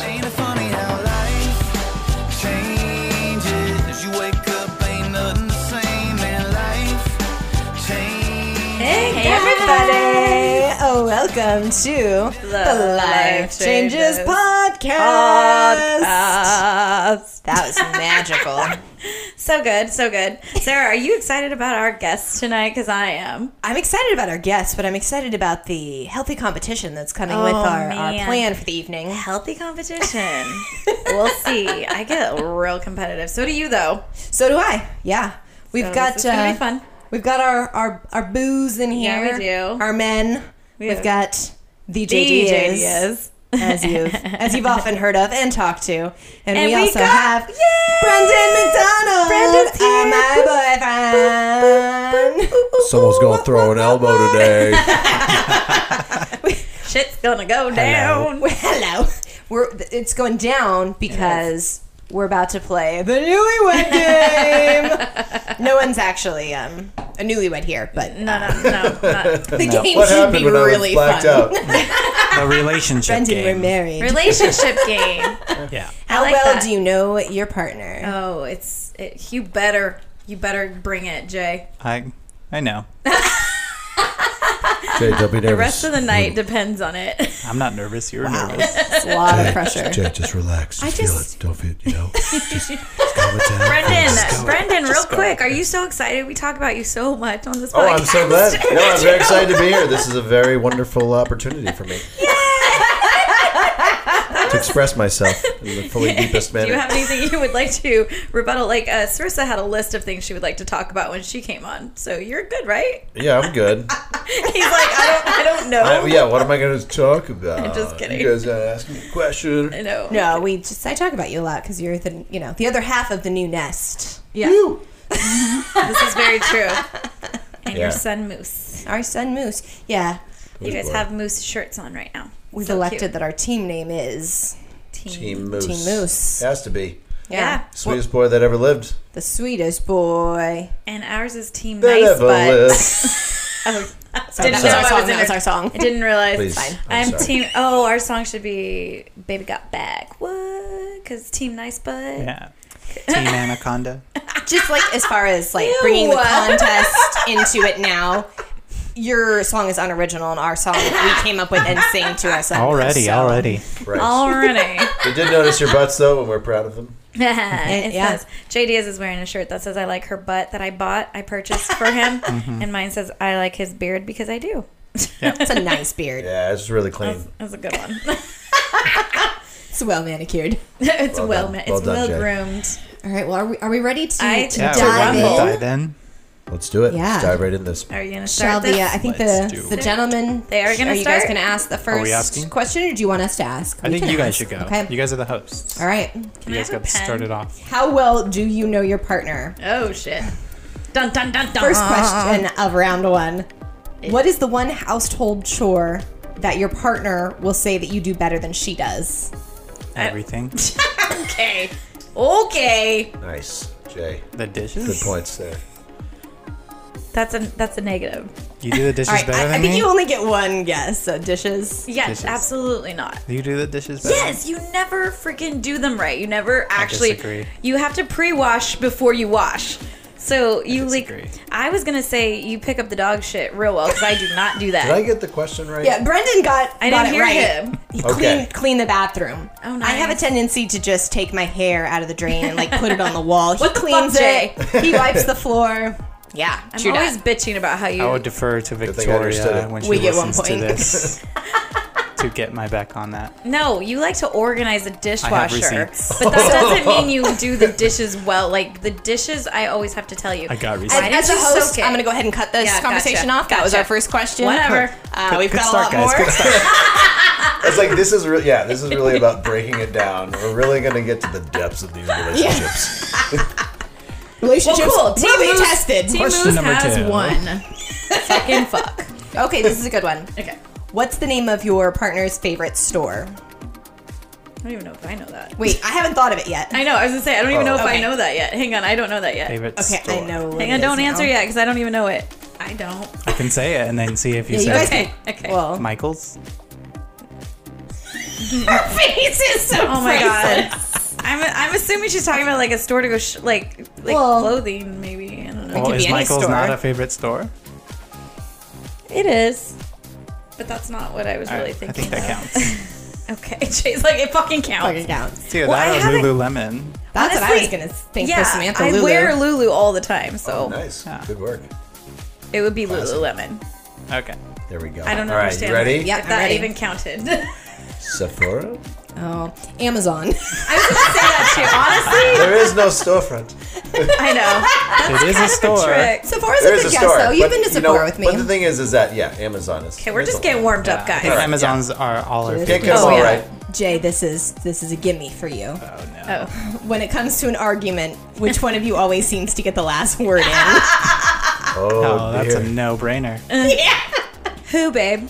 Ain't it funny how life changes? You wake up, ain't nothing the same, and life changes. Hey, Hey everybody! Oh, welcome to the, Life Changes, Changes podcast. Podcast. That was magical. So good, so good. Sarah, are you excited about our guests tonight? Because I am. I'm excited about our guests, but I'm excited about the healthy competition that's coming with Oh, our, our man. plan for the evening. Healthy competition. we'll see. I get real competitive. So do you, though. So do I. Yeah, we've So got this is gonna uh, be fun. We've got our our our booze in Yeah, here. we do. Our men. We We've have- got the DJ JDs. is. As you've, as you've often heard of and talked to. And, And we, we also got- have Yay! Brendan McDonald. Brendan's uh, here. my boyfriend. Someone's gonna throw an elbow today. Shit's gonna go down. Well, hello. We're it's going down because we're about to play the newlywed game. no one's actually um, a newlywed here, but No, no, no, not. the game what should happened be when really I was blacked fun. out? a relationship Brendan, game. we're married. Relationship game. Yeah. How like well that. do you know your partner? Oh, it's. It, you better. You better bring it, Jay. I I know. Jay, don't be nervous. Mm-hmm. The rest of the night depends on it. I'm not nervous. You're nervous. It's a lot of pressure. Jay, just relax. Just, just- feel it. Don't feel it. You know. Just, just calm it down. Brendan, Just go. Brendan, real quick, are you so excited? We talk about you so much on this Oh, podcast. I'm so glad. No, I'm very excited to be here. This is a very wonderful opportunity for me. to express myself in the fully deepest Do manner. you have anything you would like to rebuttal? Like, uh, Sarissa had a list of things she would like to talk about when she came on. So you're good, right? yeah, I'm good. He's like, I don't, I don't know. I, yeah, what am I going to talk about? I'm just kidding. You guys gotta ask me a question. I know. No, we just I talk about you a lot because you're the you know the other half of the new nest. Yeah. This is very true. And Yeah. your son Moose. Our son Moose. Yeah, You guys Oh, boy. have Moose shirts on right now. we've So elected cute. that our team name is team. Team Moose. Team Moose. Has to be. Yeah. Sweetest boy that ever lived. the sweetest boy. And ours is Team That Nice ever Butt. lived. Oh, That didn't was know our I song. was in That was her- our song. I didn't realize. Please. fine. I'm, sorry. team. Oh, our song should be "Baby Got Back." What? Because team nice butt. Yeah. Team Anaconda. Just like as far as like Ew. bringing the contest into it now. Your song is unoriginal, and our song we came up with and sang to ourselves. Already, so- already. Right. Already. We did notice your butts though, and we're proud of them. it yeah. says J Diaz is wearing a shirt that says "I like her butt" that I bought, I purchased for him, Mm-hmm. and mine says "I like his beard" because I do. It's a nice beard. Yeah, it's really clean. That's a good one. It's well manicured. it's well, Well done. met. Well It's done, well Jay. groomed. All right. Well, are we, are we ready to, I- to Yeah, we're dive ready rumble. in? to dive in. Let's do it. Yeah. Let's dive right in this. Are you gonna Shall start the this? uh, I think Let's the do the it. gentlemen They are gonna Are you guys start? going to ask the we first asking? question, or do you want us to ask? I We think can you guys ask. should go. Okay. You guys are the hosts. All right. Can You I have guys a got to pen? start it off. How well do you know your partner? Oh shit! Dun dun dun dun. First question of round one. What is the one household chore that your partner will say that you do better than she does? Everything. Okay. Okay. Nice, Jay. The dishes. Good points there. That's a that's a negative. You do the dishes All right, better I, than I think me. you only get one guess. So dishes. Yes, Dishes. absolutely not. You do the dishes better. Yes, you never freaking do them right. You never actually. disagree. You have to pre-wash before you wash. So you disagree. like. I was gonna say you pick up the dog shit real well because I do not do that. Did I get the question right? Yeah, Brendan got I got didn't it hear right. him. He Okay. Clean clean the bathroom. Oh, I have a nice. tendency to just take my hair out of the drain and like put it on the wall. He What the fuck, cleans Jay? it. He wipes the floor. Yeah, I'm chew always that. bitching about how you. I would defer to thing I understood Victoria it. when she We get one listens to point. this to get my back on that. no, you like to organize a dishwasher, receipts. but that doesn't mean you do the dishes well. Like the dishes, I always have to tell you. I got As, receipts. didn't as a you host, soak it? I'm going to go ahead and cut this Yeah, gotcha, conversation off. That was gotcha. our first question. Whatever. Uh, we've good got start, a lot guys. more. Good start. It's like this is re- yeah, this is really about breaking it down. We're really gonna get to the depths of these relationships. Relationships Well, cool. will Team be Moose- tested. Team Question Moose number has two. one. Fucking fuck. okay, this is a good one. Okay. What's the name of your partner's favorite I store? don't even know if I know that. Wait, I haven't thought of it yet. I know. I was gonna say I don't Oh. even know if I Okay. know that yet. Hang on, I don't know that yet. Favorite okay, store. I know. what Hang it on, is don't answer now. yet because I don't even know it. I don't. I can say it and then see if you Yeah, you say guys Okay, can. okay. Well, Michael's. Her face is so Oh my god. I'm, I'm assuming she's talking about like a store to go sh- like like Well- clothing maybe. I don't know. Well, could be is any Michael's store. not a favorite store? It is. But that's not what I was really Alright, I thinking. think that counts. of. Okay, Jay's like it fucking counts. Fucking counts. It's either Well, I that or haven't- Lululemon. That's what I was Honestly, gonna think yeah, for Samantha I Lulu. wear Lulu all the time, so Oh, nice. Yeah. Good work. it would be Classic. Lululemon. Okay. There we go. I don't All right, understand. you ready? Yeah, If I'm that ready. even counted. Sephora? oh, Amazon. there is no storefront. I know. it is a store. Trick. Sephora's There is a a good guess, store. though. You've but, been to you know, Sephora with me. But the thing is, is that, yeah, Amazon is. Okay, we're just getting warmed up, I think guys. Amazons are all our Can't favorite. get them all right. Jay, this is this is a gimme for you. Oh, no. Oh, When it comes to an argument, which one of you always seems to get the last word in? Oh, Oh, that's a dear. no-brainer. who, babe?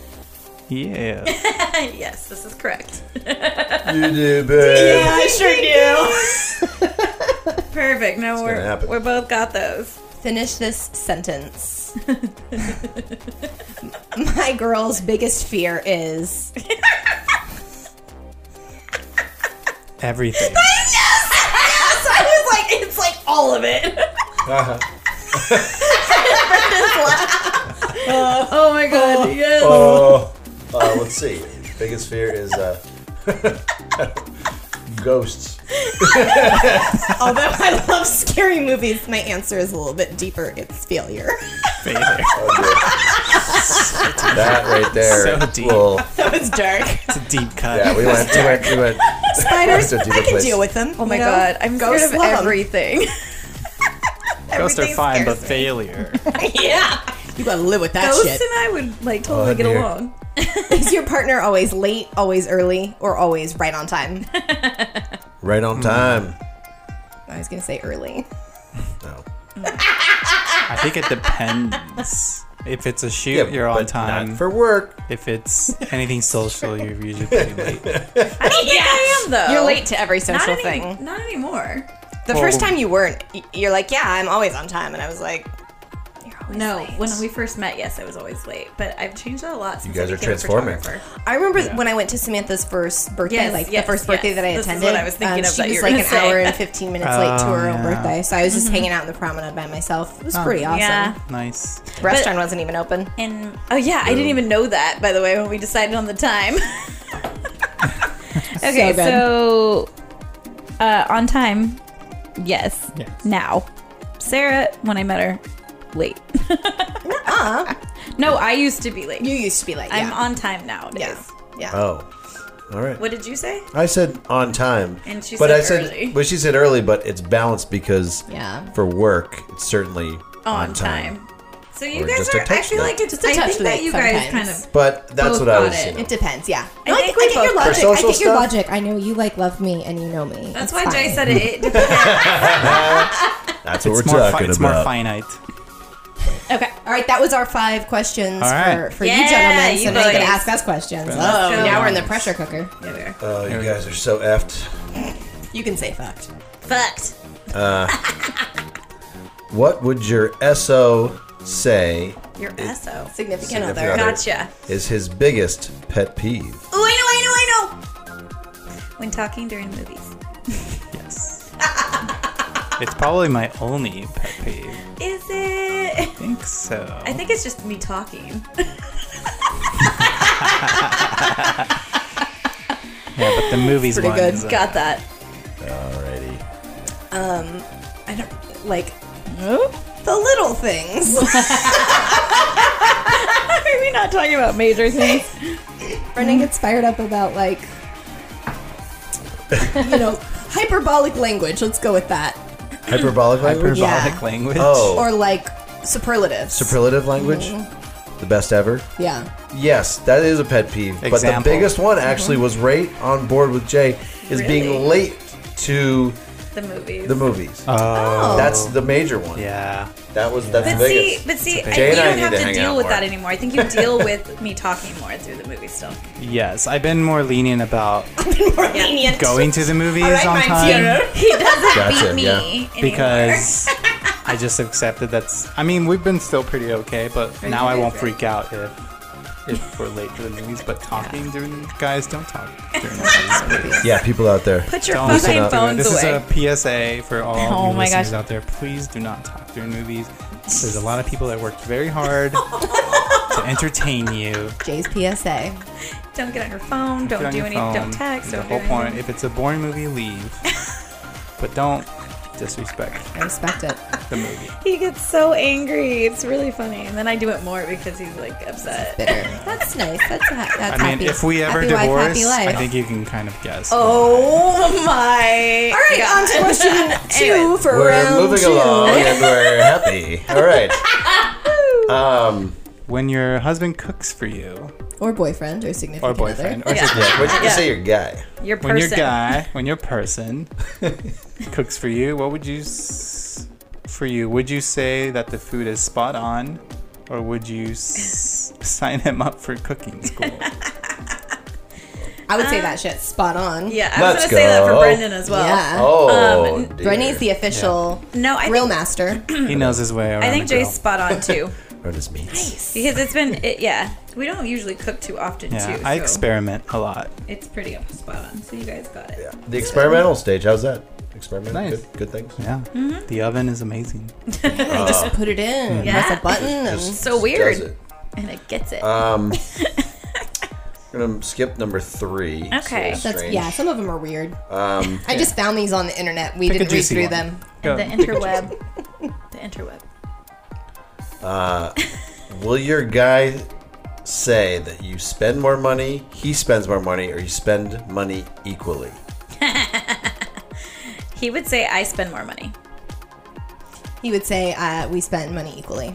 Yeah. yes, this is correct. You do, babe. I sure do. Perfect. No, gonna we're happen. we both got those. Finish this sentence. My girl's biggest fear is Everything. I was like, it's like all of it. Oh my god. Yes. Oh, uh, let's see. Biggest fear is uh, ghosts. Although I love scary movies, my answer is a little bit deeper. It's failure. Failure. Oh, dear. that right there. So deep. will- That was dark. It's a deep cut. yeah, we went. We went. We went. Spiders, That's a deeper I can place. deal with them. Oh my god. I'm scared of everything. Ghosts are Everything fine, but scares failure. yeah. You gotta live with that Ghosts shit. and I would like totally Oh, get dear. along. Is your partner always late, always early, or always right on time? Right Mm. on time. I was gonna say early. No. I think it depends. If it's a shoot, you're but on not time. for work. if it's anything social, you're usually pretty late. I don't think I am though. You're late to every Not, social any- thing. not anymore. The Well- first time you weren't, y- you're like, yeah, I'm always on time, and I was like, you're always No, late." when we first met, yes, I was always late, but I've changed that a lot since guys I are became a transforming. photographer. I remember when I went to Samantha's first birthday, Yes, like yes, the first birthday yes. that I This is what attended. um, I was thinking of She that you was were like an gonna say. Mm-hmm. hour and 15 minutes late to Oh, her own yeah. Oh, birthday, so I was just hanging out in the promenade by myself. It was pretty awesome. Yeah. Nice. Restaurant wasn't even open. And oh yeah, I didn't even know that by the way when we decided on the time. okay, good. so, uh, on time, yes. Yes. Now, Sarah, when I met her, late. no, I used to be late. You used to be late. I'm yeah. on time nowadays. Yeah. Yeah. Oh, all right. What did you say? I said on time, And she but said I said, early. but she said early, but it's balanced because Yeah. for work, it's certainly On, time. So you Or guys just a are. I touch feel like late. it's. a I touch think that late you guys sometimes. kind of. But that's Both what I got was. it. you know. It depends, yeah. I think we both- For social stuff? logic. I know you like love me and you know me. That's It's why Jay fine. said it. it depends. That's what it's we're more fi- talking It's more about. finite. okay. All right, that was our five questions All for, right. for you Yeah, gentlemen. you so now you gotta boys. ask us questions. Oh, go. now we're in the pressure cooker. Oh, you guys are so effed. You can say fucked. Fucked. What would your SO say Your SO. Significant Significant other. other. Gotcha. is his biggest pet peeve? Oh, I know, I know, I know. When talking during movies. Yes. it's probably my only pet peeve. I Is it? think so. I think it's just me talking. yeah, but the movies Pretty one good. is, uh, Got that. Alrighty. I don't like the little things. Are we not talking about major things? Brendan gets fired up about like you know hyperbolic language. Let's go with that, Hyperbolic language. hyperbolic Yeah. language. Oh, or like superlatives. superlative language. Mm-hmm. The best ever. yeah, Yes, that is a pet peeve. But the Example. biggest one actually was right on board with Jay is being Mm-hmm. Really? late to The movies. the movies. Oh. That's the major one. Yeah. That was that's but the see, biggest. but see, I, Jay you and I don't need have to to, hang deal out with that more. anymore. I think you deal with me talking more through the movie still. Yes, I've been more lenient about lenient. going to the movies on time. He doesn't Gotcha, beat me yeah. anymore. because I just accepted that's. I mean, we've been still pretty okay, but now I won't freak out if if we're late for the movies, but talking during guys don't talk during the movies. please. Yeah, people out there. Put your Don't listen fucking up. phones this away. is a PSA for all Oh you my listeners gosh. out there. Please do not talk during movies. There's a lot of people that worked very hard to entertain you. Jay's PSA. don't get on your phone. Don't Put on do your anything. phone. Don't text. The Don't whole do point. anything. If it's a boring movie, leave. but don't disrespect I respect it. the movie. He gets so angry. It's really funny. And then I do it more because he's like upset. Bitter. That's nice. That's, ha- that's I mean, happy. if we ever happy divorce, life, happy life. I think you can kind of guess. Oh my! All right, on to question two for round We're moving two. along and we're happy. All right. Um, When your husband cooks for you, Or boyfriend or significant or boyfriend, or Yeah. significant yeah, what did you say, your guy? Your when your person. guy, when your person cooks for you, what would you s- for you? Would you say that the food is spot on, or would you s- sign him up for cooking school? other. I would say that shit's spot on. Uh, Yeah, I was Let's gonna say that for go. Brendan as well. Yeah. Oh, Uh, Um, dear. Brenny's the official No, I real think, master. he knows his way around. I think the grill. Jay's spot on too Or just me. because it's been it, yeah. We don't usually cook too often Yeah, too. I so experiment a lot. It's pretty up- spot on. So you guys got it. Yeah. The experimental stage. How's that? Experimental. Nice. Good, good things. Yeah, Mm-hmm. the oven is amazing. Just put it in, Yeah. press a button, and Uh, hmm. Just So does weird. it. And it gets it. Um, we're gonna skip number three. so Okay. it's that's strange. yeah. Some of them are weird. Um, I just found these on the internet. We Pick a didn't read juicy through one. them. Go. the interweb. the interweb. will your guy say that you spend more money, he spends more money, or you spend money equally? He would say, "I spend more money." He would say uh, we spent money equally.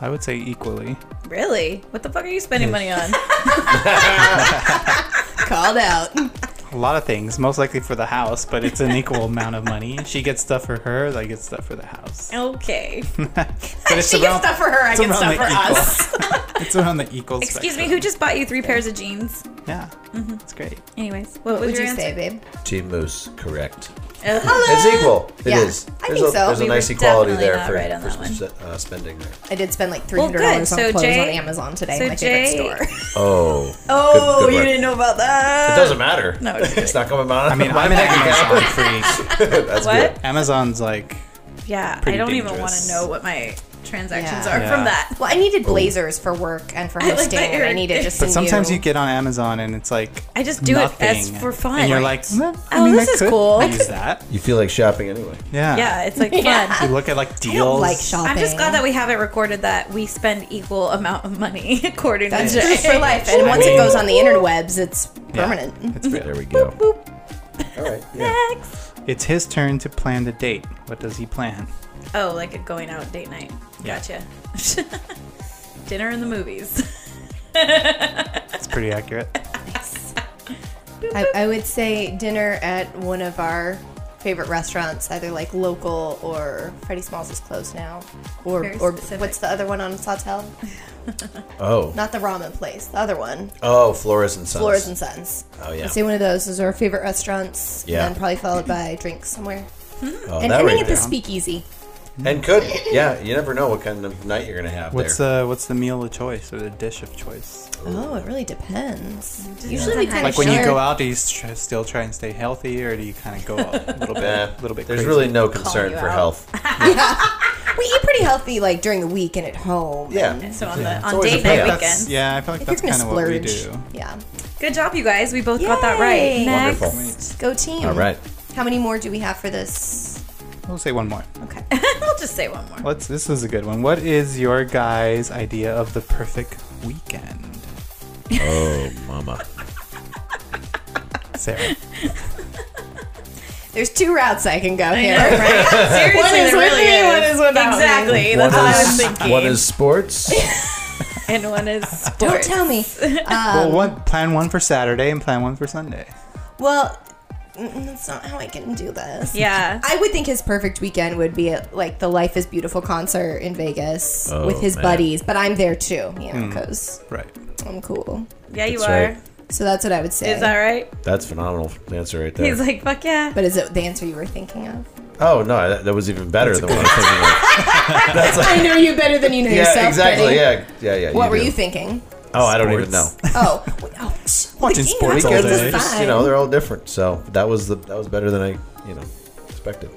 I would say equally. Really? What the fuck are you spending money on? Called out. A lot of things, most likely for the house, but it's an equal amount of money. She gets stuff for hers, I get stuff for the house. okay. But it's she gets around, stuff for her. I it's get around stuff for us. the equal- it's around the equal Excuse Mm-hmm. me. spectrum. Who just bought you three pairs of jeans? Yeah, it's great. Anyways, what, What was would your you answer? Oh, say, babe? Team Moose, correct. Ugh. It's equal. It is. Yeah, I There's think a, so. There's a We nice were equality definitely there not for, right on for that one. s- uh, spending there. I did spend like three Well, hundred good. dollars on So clothes Jay- on Amazon today. so my favorite Jay- store. Oh. Oh, Good- good you work. didn't know about that. It doesn't matter. No, it's it's, not coming out. I mean, I'm an Amazon freak. that's What? good. Amazon's like, Yeah, I Pretty don't even want dangerous. to know what my transactions Yeah. are Yeah. from that. Well, I needed blazers for work and for I like that hosting, and I you're- needed just. but a sometimes new- you get on Amazon and it's like, I just do it as nothing. for fun. And you're Right. like, "Meh, I Oh, mean, this I is could cool." Use that. You feel like shopping anyway. Yeah. Yeah, it's like fun. You look at like deals. I don't like shopping. I'm just glad that we have it recorded that we spend equal amount of money according That's to Jay. true for life, and once it goes on the interwebs, it's Yeah, permanent. It's, There real. we go. All right. Yeah. Next. it's his turn to plan the date. What does he plan? Oh, like a going out date night. Yeah. Gotcha. Dinner and the movies. It's pretty accurate. I, I would say dinner at one of our favorite restaurants, either like local or Freddie Smalls is closed now, or Very or specific. what's the other one on Sawtell? Oh. Not the ramen place, the other one, Oh, Flores and Sons. Flores and Sons. Oh, yeah. I'd say one of those is our favorite restaurants, Yeah. and then probably followed by drinks somewhere, Oh, and that ending right at the there. Speakeasy. And could. Yeah. You never know what kind of night you're gonna have What's there. uh, what's the meal of choice or the dish of choice? Oh, it really depends. Usually we we kind kind of Like when you Sure. go out, do you tr- still try and stay healthy, or do you kind of go a little bit, Yeah. a little bit? Eh, There's crazy? really no concern you for out. health. We eat pretty healthy like during the week and at home. Yeah. So on the on always date a night payoff. That's- weekend. Yeah, I feel like If you're that's gonna kind of what we splurge, do. yeah, Good job, you guys. We both got that Yay. right. Next. Wonderful. go team. All right. How many more do we have for this? We'll say one more. Okay. I'll just say one more. Let's. This is a good one. What is your guys' idea of the perfect weekend, Oh, mama. Sarah? There's two routes I can go I here. know, right? Seriously, One is there with really me, one is without me. Exactly. What That's what I is was thinking. what is sports? and one is Don't sports. tell me. well, one plan one for Saturday and plan one for Sunday. Well, mm, that's not how I can do this. Yeah. I would think his perfect weekend would be at, like the Life is Beautiful concert in Vegas Oh, with his man. buddies, but I'm there too, you Hmm. know, because Right. I'm cool. Yeah, you That's are. right. So that's what I would say. Is that right? That's phenomenal answer right there. He's like, fuck yeah. But is it the answer you were thinking of? oh no, that, that was even better than what I was thinking. of. I know you better than you know yeah, yourself. exactly. buddy. Yeah, yeah, yeah. What were do. you thinking? Oh, I don't even know. Sports. Oh, oh sh- Watching the game afterwards sports all Because is day. it's just, you fine. know, they're all different. So that was the that was better than I, you know, expected.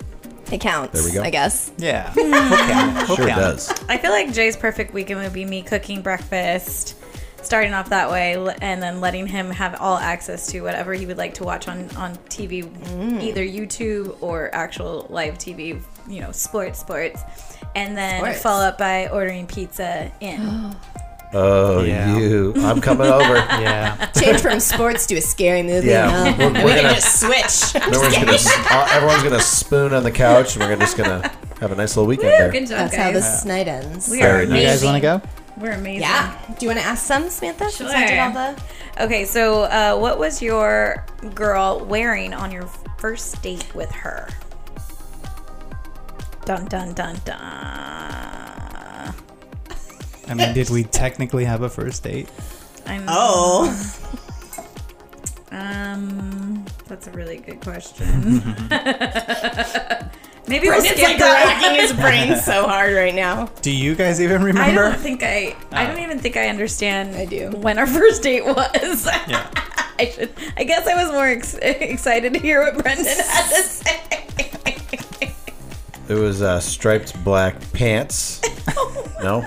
it counts. There we go. I guess. Yeah. okay. Sure does. I feel like Jay's perfect weekend would be me cooking breakfast, starting off that way, l- and then letting him have all access to whatever he would like to watch on on TV, Mm. either YouTube or actual live TV. You know, sports, sports, and then Sports. follow up by ordering pizza in. Oh, Yeah. you. I'm coming over. Yeah. Change from sports to a scary movie. Yeah, huh? we're- we we're can gonna- just switch. Everyone's gonna, uh, everyone's gonna spoon on the couch, and we're gonna- just gonna have a nice little weekend there. Good job, That's guys. how this night ends. we are Very nice. amazing. You guys want to go? We're amazing. yeah. Do you want to ask some, Samantha? Since I did Sure. all the- Okay, so uh, what was your girl wearing on your first date with her? Dun dun dun dun. I mean, did we technically have a first date? I'm, Oh. Um, that's a really good question. Maybe we'll Brendan's skip like that. racking his brain so hard right now. Do you guys even I "Ah, remember? don't think I. I don't even think I understand. I do. when our first date was. Yeah. I should. I guess I was more ex- excited to hear what Brendan had to say. It was uh, striped black pants. no.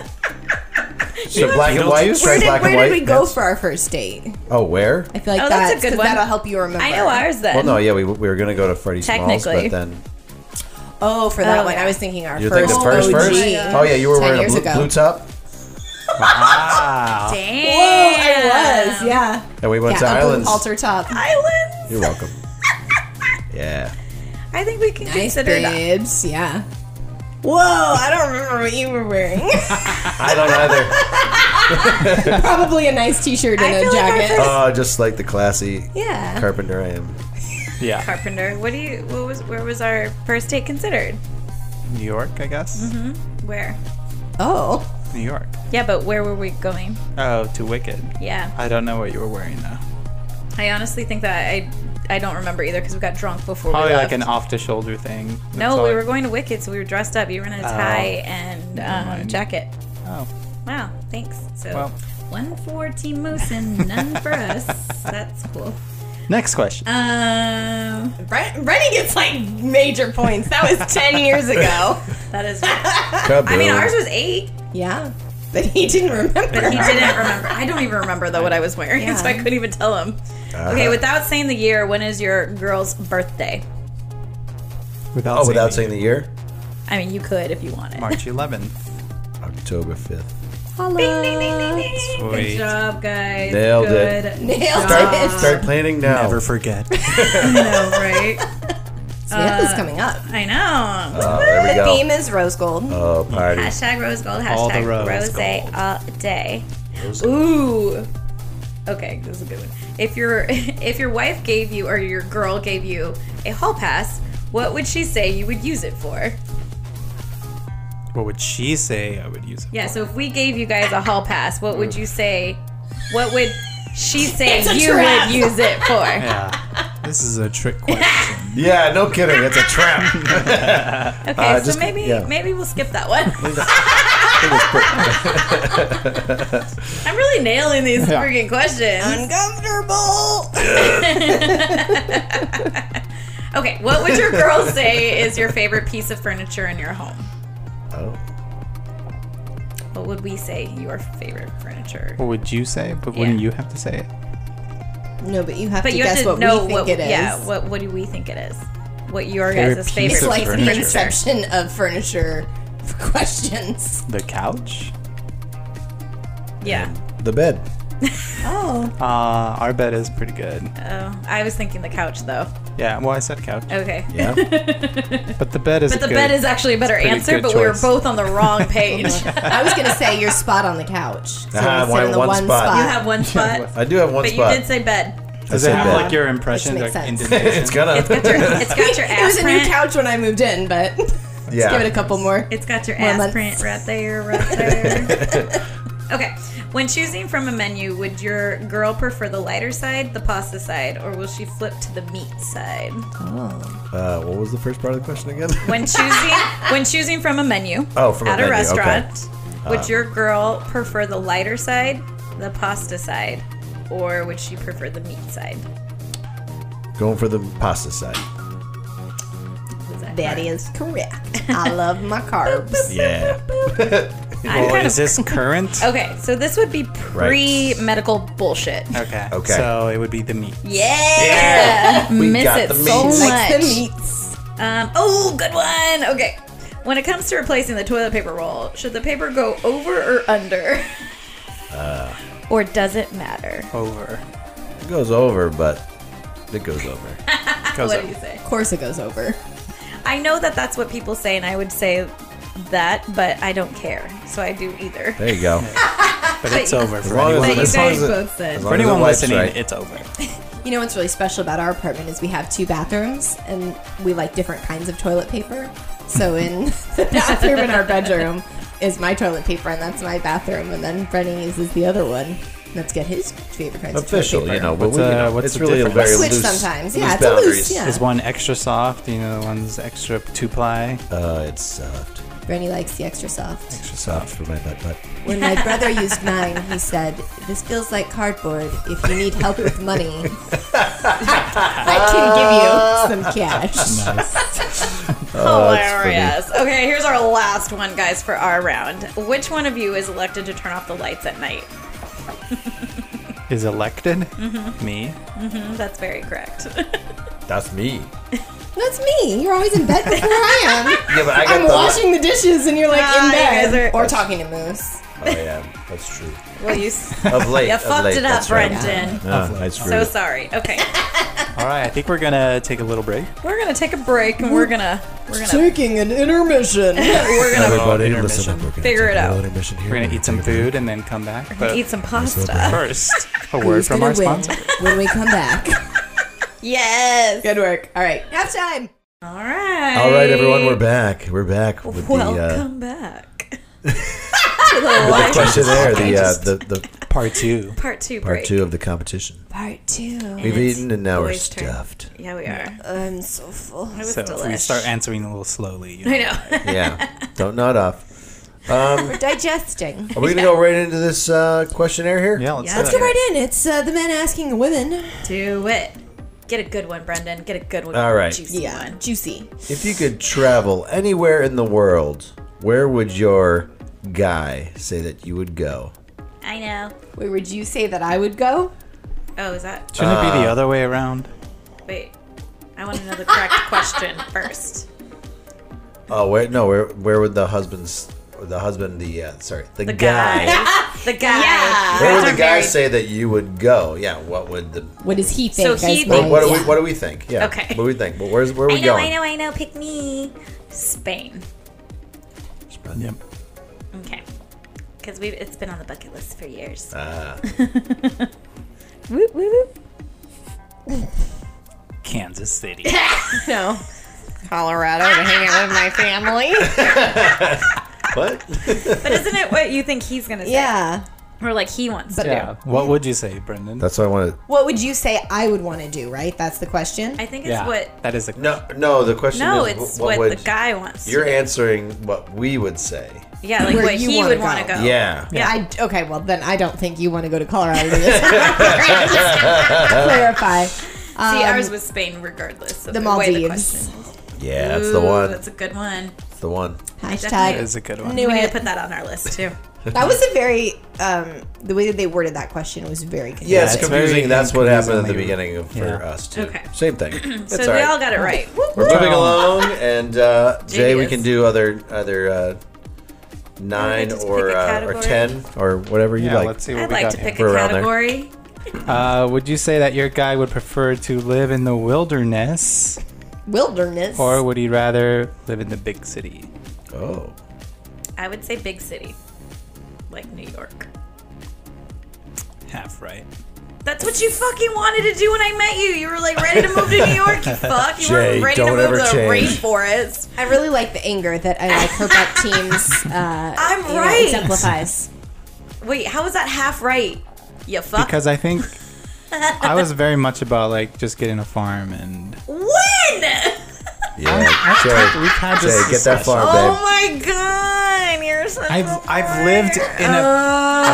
So black and don't- white, Where striped did, black and where white. did we go pants? for our first date? Oh, where? I feel like Oh, that's that's, a good one. 'cause that'll help you remember. I know ours then. Well, no, yeah, we, we were gonna go to Freddie Smalls, Technically. but then Oh, for that Oh, one, yeah. I was thinking our you think first. the OG. first first? Oh yeah, you were 10 wearing a years blue, ago. blue top, Wow. Damn. Whoa, I was. Yeah. and we went Yeah, to a blue Islands. halter top. Islands. You're welcome. yeah. I think we can Nice consider that. bibs. Yeah. Whoa, I don't remember what you were wearing. I don't either. Probably a nice t-shirt and I a feel like our jacket. first- Oh, just like the classy yeah. carpenter I am. Yeah. Carpenter. What do you? What was? Where was our first date considered? New York, I guess. Mm-hmm. Where? Oh. New York. Yeah, but where were we going? Oh, to Wicked. Yeah, I don't know what you were wearing though. I honestly think that I I don't remember either because we got drunk before. Probably we like left. an off-the-shoulder thing. That's No, all we I- were going to Wicked, so we were dressed up. You were in a tie and um, Oh. mind. jacket. Oh. Wow, thanks. So Well. one for Team Moose and none for us. That's cool. Next Uh, question. Um, Brent, Brenny gets like major points. That was 10 years ago. that is. I Kaboom. mean, ours was eight. Yeah. But he didn't remember. But he didn't remember. I don't even remember though what I was wearing, so I couldn't even tell him. okay, without saying the year, when is your girl's birthday? Without oh, without saying the year, I mean, you could if you wanted. March 11th. October fifth. Ding, ding, ding, ding, ding. Good Sweet. job, guys. Nailed it. Good. it. Nailed Start, it. start planning now. Never forget. No, right? Samantha's coming up. I know. Uh, Oh, there we The go. theme is rose gold. Oh, party. Hashtag rose gold. All the Hashtag rose rose gold. all day. Rose Ooh. Okay, this is a good one. If your if your wife gave you or your girl gave you a hall pass, what would she say you would use it for? what would she say I would use it? Yeah. So if we gave you guys a hall pass, what would you say? What would she say It's a you trap. would use it for? Yeah. this is a trick question. Yeah, no kidding. It's a trap. Okay, Uh, so just- maybe yeah. maybe we'll skip that one. I'm really nailing these Yeah. freaking questions. Uncomfortable. Okay, what would your girl say is your favorite piece of furniture in your home? oh. What would we say your favorite furniture? What would you say? But Yeah. wouldn't you have to say it? No, but you have But to you have guess to what know we think what it is. yeah, what what do we think it is? What your Favorite guys' favorite piece It's of like piece the of furniture. furniture? inception of furniture questions. The couch? Yeah. The bed. Oh. Uh, our bed is pretty good. Oh, I was thinking the couch though. Yeah, well, I said couch. Okay. Yeah. But the bed is But the good. bed is actually a better pretty answer, good but we were choice. both on the wrong page. you I was going to say your spot on the couch. So Ah, we sit one- in the one one, spot. spot. You have one spot, I do have one but you spot. did say bed. Does I it said have bed. like your impressions, Which makes like sense. indentation? it's gonna. It's got your it's got your ass it was a print. new couch when I moved in, but yeah. give it a couple more. It's got your More ass months. print right there, right there. okay. When choosing from a menu, would your girl prefer the lighter side, the pasta side, or will she flip to the meat side? uh, what was the first part of the question again? When choosing when choosing from a menu Oh, from a at a, menu, okay. Uh-huh. restaurant, would your girl prefer the lighter side, the pasta side, or would she prefer the meat side? Going for the pasta side. Who's that That for? is correct. I love my carbs. Yeah. I'm Or kind is of- this current? Okay, so this would be pre medical bullshit. Okay. Okay. So it would be the meat. Yeah, We miss got it the so meats. much. the meats. Um, oh, good one. Okay, when it comes to replacing the toilet paper roll, should the paper go over or under? Uh. or does it matter? Over. It goes over, but it goes over. Goes What up. do you say? Of course, it goes over. I know that that's what people say, and I would say that, but I don't care, so I do either. There you go. But it's over for long as anyone But you as long listening. guys as it- both said. as For long as it anyone wipes listening, right. it's over. You know what's really special about our apartment is we have two bathrooms and we like different kinds of toilet paper. So in the bathroom in our bedroom is my toilet paper and that's my bathroom and then Brenny uses the other one. Let's get his favorite kinds official, of toilet paper. you know. But What's, we, you uh, know, what's it's the really difference? a very Switch loose, sometimes. loose Yeah, it's a loose, boundaries. yeah. Is one extra soft? You know, one's extra two ply. Uh, it's soft, Brenny likes the extra soft. Extra soft. soft for my butt. butt. When my brother used mine, he said, "This feels like cardboard. If you need help with money, I can give you some cash." Oh, Hilarious. Okay, here's our last one, guys, for our round. Which one of you is elected to turn off the lights at night? Is elected Mm-hmm. me. Oh, That's very correct. That's me. That's me. You're always in bed before I am. Yeah, but I got I'm the. washing the dishes and you're like Ah, in you bed guys are- or talking to Moose. Oh yeah, that's true. Well, you s- Of late, you of fucked late, it up, that's right. Brendan. Yeah, I screwed So it. sorry. Okay, All right, I think we're gonna take a little break. we're gonna take a break and we're gonna we're gonna Taking an intermission. we're gonna Everybody, Oh, listen intermission. up. We're gonna Figure take it a out. little intermission here. We're gonna eat some food and then come back. But eat some pasta. first, a word from our sponsor. when we come back. Yes. Good work. All right. Halftime. All right. All right, everyone, we're back. We're back with the, uh, Welcome back. the questionnaire, the, uh, the the Part two. Part two part break. two of the competition. Part two. We've eaten and now we're boys' turn. stuffed. Yeah, we are. I'm so full. It was So if we delish. start answering a little slowly. You know, I know. Yeah, don't nod off. We're digesting. Are we gonna go right into this uh, questionnaire here? yeah, let's, Yeah. do Let's Let's it. go right in. It's uh, the men asking the women. Do it. Get a good one, Brendan. Get a good one. All right. Juicy one. Juicy. If you could travel anywhere in the world, where would your guy say that you would go? I know. Where would you say that I would go? Oh, is that? Shouldn't it be the other way around? Wait. I want to know the correct question first. Oh, where? No, where? Where would the husband's? The husband, the uh, sorry, the, The guy. guy. the guy. Yeah. Where would Guys the are guy very- say that you would go? Yeah, what would the? What does he So think? he as thinks- What, my- what do we? yeah. What do we think? Yeah. Okay. What do we think? Well, where's where are we I know, going? I know, I know. Pick me. Spain. Yep. Okay. Because we've it's been on the bucket list for years. Ah, Whoop, whoop, whoop. Kansas City. No. Colorado to hang out with my family. what? But isn't it what you think he's gonna say? yeah. Or like he wants to. yeah. What would you say, Brendan? That's what I want to. What would you say I would want to do, right? That's the question. I think it's yeah. what That is the No, no. The question No, is, wh- it's what, what, would the guy wants. to You're do. answering what we would say. Yeah, like Where what you he wanna would go. want to go. Yeah. Yeah. I, okay, well, then I don't think you want to go to Colorado to this. Clarify. See, Um, ours was Spain, regardless of the the, way the Maldives. question is. Yeah, that's the Ooh, one. That's a good one. That's the one. that Hashtag. is a good one. Knew we need to it. put that on our list too. That was a very, um, the way that they worded that question was very confusing. Yeah, it's it's confusing. very That's what happened at the confusing. beginning of, for Yeah. us too. Okay. Same thing. it's so all we right. all got it right. Whoop, We're whoop. moving along, and uh, Jay, we Genius. can do other other uh, nine just or pick a uh, or category. ten or whatever you Yeah, like. let's see what I'd we like got to here. pick We're a around there. category. Uh, would you say that your guy would prefer to live in the wilderness, Wilderness. or would he rather live in the big city? Oh, I would say big city, like New York. Half right. That's what you fucking wanted to do when I met you. You were like ready to move to New York. You fuck. You Jay, were ready to don't move ever to the change. rainforest. I really like the anger that I like her butt teams. Uh, I'm you know, right. exemplifies. Wait, how is that half right? You fuck. Because I think I was very much about like just getting a farm and uh, when? yeah, Jay, we've had Jay, get this that discussion. farm, Oh babe. my god, you're Uh, There's such I've a I've lived in a Oh.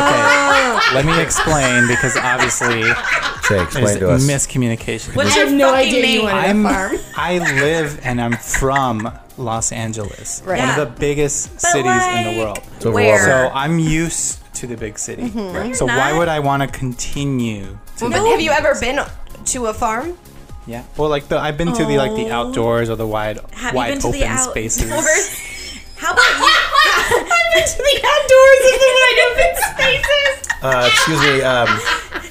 okay. Let me explain because obviously Oh. Jay, explain there's to us. miscommunication. What's I your have no fucking idea you name? wanted I'm a farm. I live and I'm from Los Angeles, Right. one Yeah. of the biggest cities in like, the world. So we're all where? So I'm used to the big city. So Mm-hmm. you're why not. would I want to continue? To But the- have you ever been to a farm? Yeah. Well, like the I've been to the like the outdoors or the wide Have you wide Oh. been to open the out- spaces. doors? How about you? I've been to the outdoors and the wide open spaces. Uh, excuse me, um,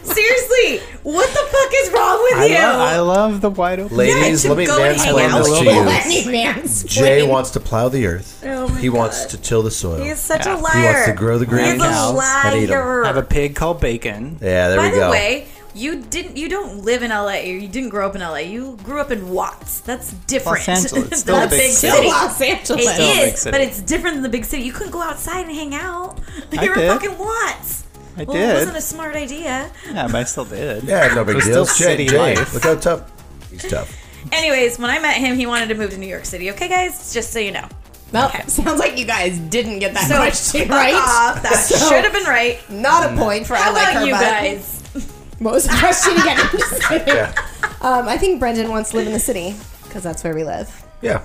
Seriously, what the fuck is wrong with I, you? love, I love the wide open. ladies, to let me go and hang mansplain out this with to people. you. Let me mansplain. Jay wants to plow the earth. Oh my he wants God. to till the soil. He's such a Yeah. liar. he wants to grow the He's a green. greenhouse and eat 'em. liar. Have a pig called Bacon. Yeah, there By we the go. way, you didn't. You don't live in LA. or You didn't grow up in LA. You grew up in Watts. That's different. Los Angeles. That's It's still a big Still city. Los Angeles. It Still a big is, city. but it's different than the big city. You couldn't go outside and hang out. I You're in did. fucking Watts. I Well, it did. wasn't a smart idea. yeah, but I still did. Yeah, no It big was deal. still Jay, city Jay, life. look how tough. He's tough. Anyways, when I met him, he wanted to move to New York City. Okay, guys, just so you know. Well, sounds like you guys didn't get that So question fuck right. off. That So- Mm. should have been right. Not a point for How I like about her you butt. guys? What was the question again? I'm just kidding. Yeah. Um, I think Brendan wants to live in the city because that's where we live. Yeah.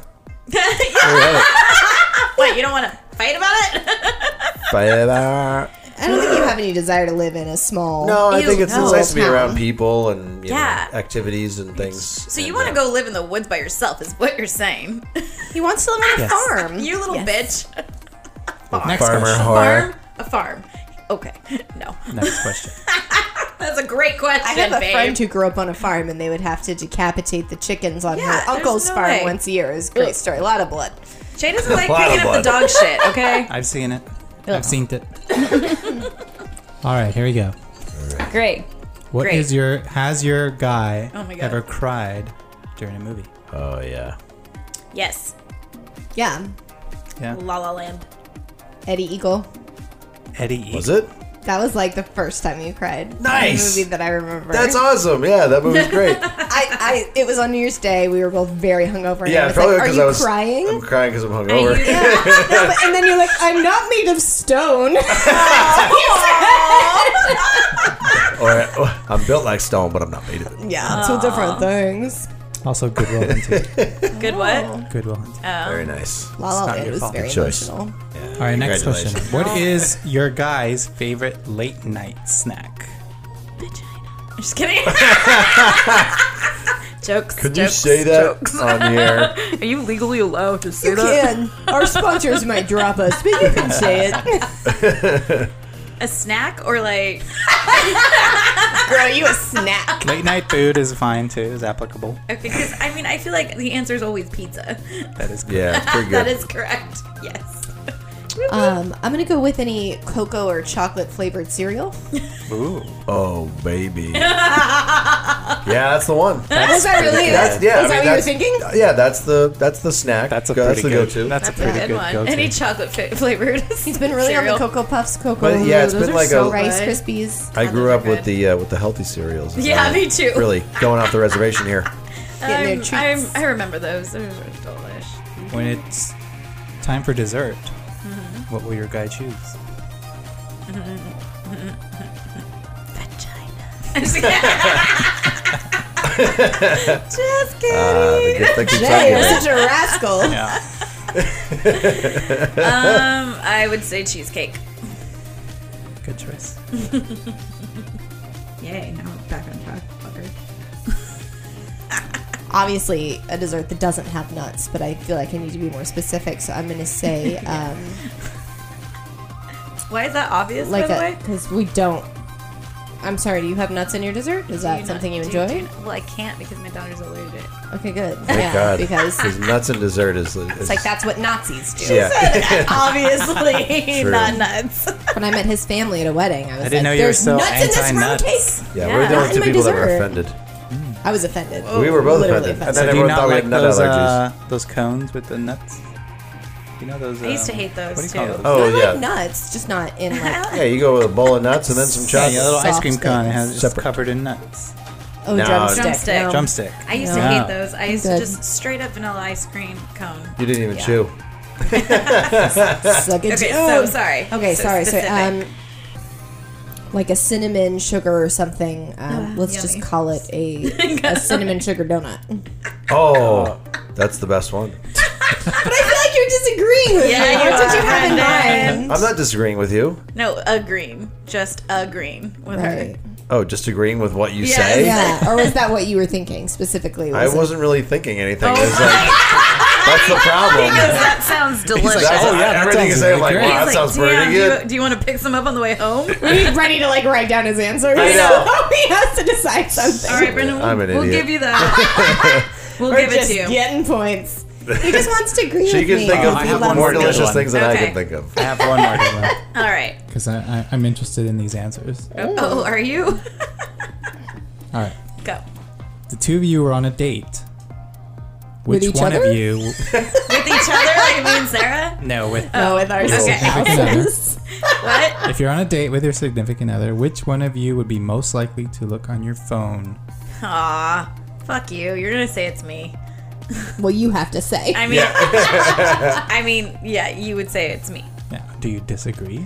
Yeah, All right. Wait, you don't want to fight about it? Bye-bye. I don't think you have any desire to live in a small. No, I Ew, think it's, no. it's nice to be Town. around people and you know, Yeah. activities and uh, things. So you want to go live in the woods by yourself is what you're saying. He wants to live on a Yes. farm. you little bitch. Next farmer question. whore? Farm? A farm. Okay. No. Next question. That's a great question, I have a babe. friend who grew up on a farm, and they would have to decapitate the chickens on Yeah, her uncle's there's no farm way. once a year. It was a great story. A lot of blood. Jay doesn't like Lot of picking up the blood. dog shit, okay? I've seen it. I've seen it. All right, here we go. Great. What is Great. your has your guy Oh my God. ever cried during a movie? Oh yeah. Yes. Yeah, Yeah. La La Land. Eddie Eagle. Eddie E. Was it? That was like the first time you cried. Nice. The movie that I remember. That's awesome. Yeah, that movie was great. I, I. It was on New Year's Day. We were both very hungover. and I yeah, was probably like, Are because you I was crying? I'm crying because I'm hungover. you- No, but- and then you're like, I'm not made of stone. or oh, I'm built like stone, but I'm not made of it. yeah, two different things. Also, Goodwill Hunting. Good what? Goodwill Hunting. Oh. Very nice. La La not Land your was fault. very Good choice. emotional. All right, next question. Congratulations. What is your guy's favorite late night snack? I'm just kidding. jokes. Could you jokes, say that on the air? jokes. Are you legally allowed to say You that? can. Our sponsors might drop us, but you can say it. A snack or like Girl, you a snack. Late night food is fine too. Is applicable. okay? Because I mean, I feel like the answer is always pizza. That is good. Yeah, it's pretty good. that is correct. Yes. Um, I'm gonna go with any cocoa or chocolate flavored cereal. Ooh. oh baby. yeah, that's the one. Was that really? That's yeah. Is I mean, that what you were that's- thinking? Yeah, that's the that's the snack. That's a Go- pretty that's the good. go-to. That's, That's a a pretty good, one. go-to. Any chocolate fa- flavored. He's been really cereal. on the Cocoa Puffs, Cocoa But, yeah, it's Those been are like so a- Rice What? Krispies. I grew those up are with good. the uh, with the healthy cereals. Yeah, me too. Really going off the reservation here. Getting I'm, their I'm, treats. I remember those. Those were delish. When it's time for dessert, Mm-hmm. what will your guy choose? Vagina. just kidding. Uh, the gift that keeps on Jay, you're giving. such a rascal. Yeah. um, I would say cheesecake. Good choice. Yay! Now I'm back on track. fucker. Obviously, a dessert that doesn't have nuts, but I feel like I need to be more specific, so I'm gonna say um, Why is that obvious? like by the a way. because we don't. I'm sorry. Do you have nuts in your dessert? Is Do that not- uh, something you do do enjoy? not- well, I can't because my daughter's allergic. Okay, good. Thank yeah, God. because Because nuts and dessert is, is it's like that's what Nazis do. Yeah, Obviously, True. not nuts. When I met his family at a wedding, I was I didn't like, know you were "There's so nuts in this round anti-nuts." cake." yeah, Yeah. We're the Not only in two my people that were dessert. offended. I was offended. we were both Literally offended, and offended. then So do you everyone thought not we like had nut those allergies. uh, those cones with the nuts? You know those. I used to um, hate those, what do you call too. those? oh I yeah, like nuts, just not in like. yeah. You go with a bowl of nuts and then some Yeah, chocolate. yeah, a little ice Soft cream cone. It has just Separate. covered in nuts. Oh, No, drumstick. Drumstick. no. Drumstick. Um, I used Yeah. to hate those. I used to Good. just straight up vanilla ice cream cone. You didn't even chew. Suck it Okay, so down. sorry. Okay, So sorry. So, specific. um, like a cinnamon sugar or something. Um, Ah, let's yummy. just call it a, a cinnamon sugar donut. But Oh, that's the best one. I feel like you're disagreeing with Yeah, me. you That's what are, you have in Brendan. mind. I'm not disagreeing with you. no, agreeing, just agreeing with Right. Oh, just agreeing with what you Yeah, say. Yeah. Or was that what you were thinking specifically? I Was it- wasn't really thinking anything. Oh. her. It was like, that's the problem. that sounds delicious. That's- "Oh, yeah, that everything sounds is there. really Like, great." wow, that He's sounds like, pretty "Damn, good. Do you, do you want to pick some up on the way home? He's ready to like write down his answers. I know. So he has to decide something. All right, Brendan, we'll, I'm an we'll idiot. give you that. we'll We're give it just to you. getting points. He just wants to agree She with can me. Oh, think I have of one more more good delicious one. things than I Okay. can think of. I have one more to go. All right. because I, I, I'm interested in these answers. Oh, are you? All right. Go. The two of you were on a date. With each Which one other? of you? With each other, like me and Sarah? No, with Oh, with ours. your Okay. Oh, significant other. What? If you're on a date with your significant other, which one of you would be most likely to look on your phone? Aw. Fuck you. You're gonna say it's me. Well, you have to say. I mean, I mean, yeah, you would say it's me. Now, do you disagree?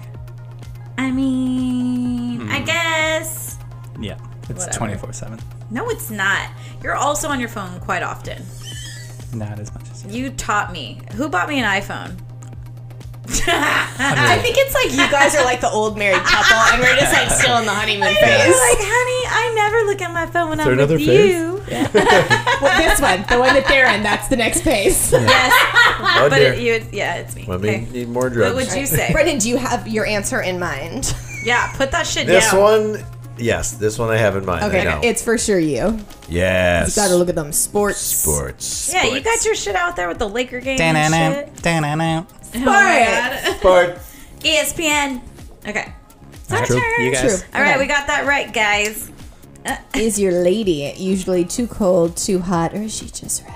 I mean, I guess. Yeah, it's Whatever. twenty four seven. No, it's not. You're also on your phone quite often. Not as much as you. You taught me. Who bought me an iPhone? I think it's like you guys are like the old married couple, and we're just like still in the honeymoon You're phase. like, honey, I never look at my phone when there I'm another with phase? you. Well, this one, the one that they're in, that's the next phase. Oh, But dear. it, you, would- yeah, it's me. Let me Okay. need more What drugs. would you say? Brendan, do you have your answer in mind? Yeah, put that shit this down. one, yes, this one I have in mind. I know. it's for sure you. yes. You gotta look at them sports. Sports. Yeah, you got your shit out there with the Laker game and Da-na-na, shit. da-na-na. Oh my Sports. E ESPN. Okay. It's our True. turn. You guys. True. All right, Okay. we got that right, guys. Is your lady usually too cold, too hot, or is she just right?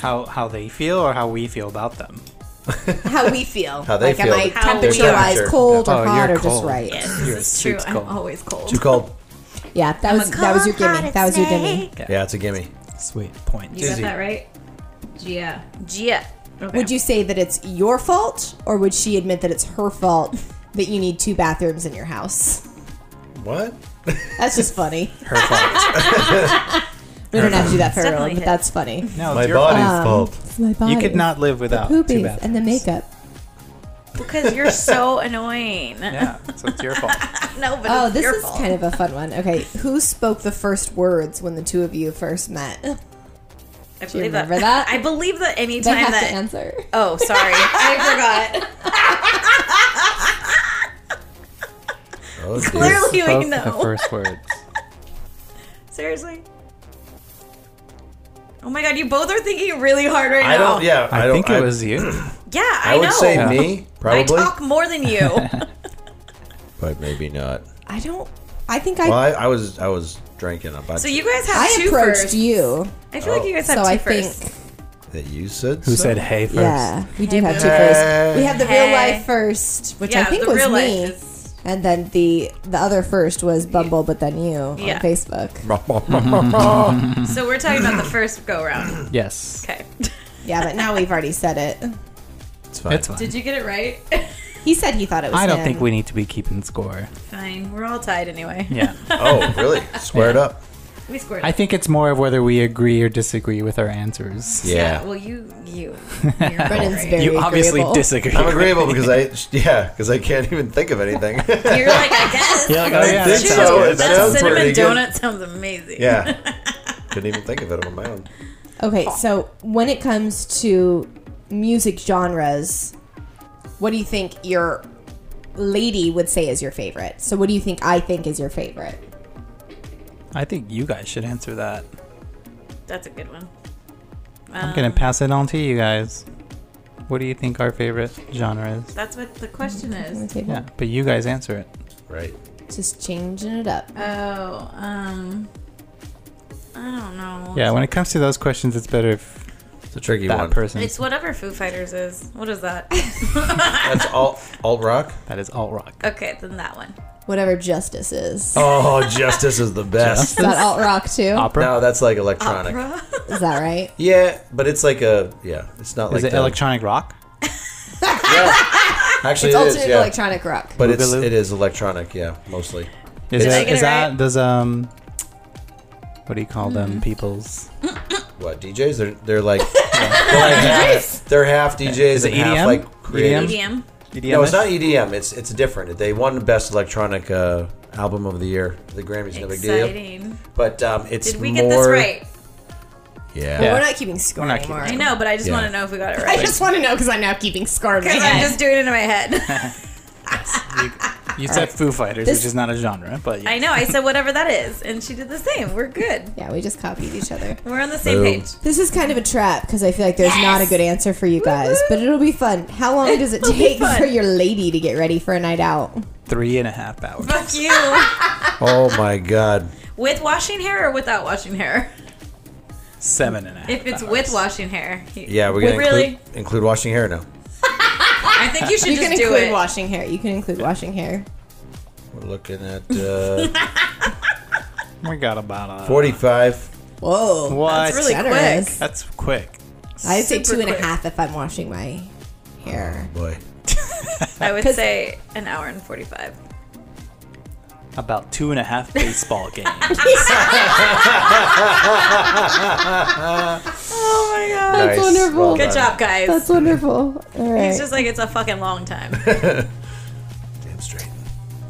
How how they feel or how we feel about them? How we feel. How they like, feel. Am I How temperature wise we are. cold or Oh, hot you're or just cold. right? Yes, You're this is a true. suits I'm cold. always cold. Too cold. Yeah, that was that was your gimme. That was your gimme. Yeah, it's a gimme. Sweet point. You got Izzy. that right? Gia. Gia. Okay. Would you say that it's your fault, or would she admit that it's her fault that you need two bathrooms in your house? What? That's just funny. Her fault. We don't have to do that for Definitely everyone, but his. that's funny. No, My it's your fault. body's Um, fault. It's my body. You could not live without two Poopies bathrooms. and the makeup. Because you're so annoying. Yeah, so it's your fault. No, but Oh, it's this your is fault. kind of a fun one. Okay, who spoke the first words when the two of you first met? I you believe remember that? I believe that any They time have that. to answer. Oh, sorry. I forgot. Oh, dear. Clearly we Both The know. first words. Seriously. Oh my god, you both are thinking really hard right I now. don't. Yeah, I, I, don't. think I, it was you. Yeah, I, I would know. say me I probably, talk more than you. but maybe not. I don't. I think Well, I. I, I was I was drinking a bunch. So you guys have I two approached firsts. you, I feel like you guys have so two I firsts. think that you said. Who said hey first? yeah, we do have two boo. firsts. We have the Hey. real life first, which I think the was real life me, is- and then the the other first was Bumble, but then you Yeah. on Facebook. Mm-hmm. So we're talking about the first go round. Yes. Okay. Yeah, but now we've already said it. It's fine. It's fine. Did you get it right? He said he thought it was. I don't him. think we need to be keeping score. Fine. We're all tied anyway. Yeah. Oh, really? Square it up. We scored. I think it's more of whether we agree or disagree with our answers. Yeah. Well, you, you. You're Brendan's great. very you obviously agreeable. disagree. I'm agreeable because I yeah because I can't even think of anything. You're like, I guess. You're like, oh, yeah, that think Dude, sounds so. good. It that sounds cinnamon pretty good. donut sounds amazing. yeah. Couldn't even think of it on my own. Okay, so when it comes to music genres, what do you think your lady would say is your favorite? So what do you think I think is your favorite? I think you guys should answer that. That's a good one. I'm gonna pass it on to you guys. What do you think our favorite genre is? That's what the question On the is. table? Yeah, but you guys answer it. Right. Just changing it up. Oh, um. I don't know. Yeah, when it comes to those questions, it's better if It's a tricky that one. person. It's whatever Foo Fighters is. What is that? That's alt alt rock. that is alt rock. okay, then that one. Whatever justice is. Oh, Justice is the best. Is that alt rock too? Opera. No, that's like electronic. Opera? Is that right? Yeah, but it's like a yeah. It's not is like it the- electronic rock? Yeah. Actually, It's it alternative is. Yeah, electronic rock. but it's Boogaloo. it is electronic. Yeah, mostly. Is, Did I it, get is it that right? does um what do you call them people's What DJs? They're they're like they're, like half, they're half DJs and it half EDM? like creators. EDM. EDM? No, it's not E EDM. It's it's different. They won the best electronic uh, album of the year. The Grammys, no big deal. Exciting. But um, it's Did we more, get this right? Yeah. Yeah. We're not keeping score We're not anymore. I know, but I just Yeah. want to know if we got it I right. just want to know because I'm now keeping score. in my Because I'm head. just doing it in my head. You said Foo Fighters, This- which is not a genre, but yeah. I know. I said whatever that is, and she did the same. We're good. Yeah, we just copied each other. We're on the same Boom. page. This is kind of a trap because I feel like there's not a good answer for you guys, but it'll be fun. How long does it It'll be take fun. for your lady to get ready for a night out? three and a half hours. Fuck you. Oh my God. with washing hair or without washing hair? Seven and a half. If it's hours. with washing hair, you- Yeah, we're Wait, gonna really. include, include washing hair now. I think you should You just can do include it. washing hair. You can include washing hair. We're looking at uh, we got about a forty-five. Whoa. What? That's really Generous. quick. That's quick. I'd say Super two and a half quick. if I'm washing my hair. Oh, Boy, I would 'Cause- say an hour and forty-five. About two and a half baseball games. Oh my god! nice. wonderful. Well Good done. job, guys. That's wonderful. All right. it's just like it's a fucking long time. Damn straight.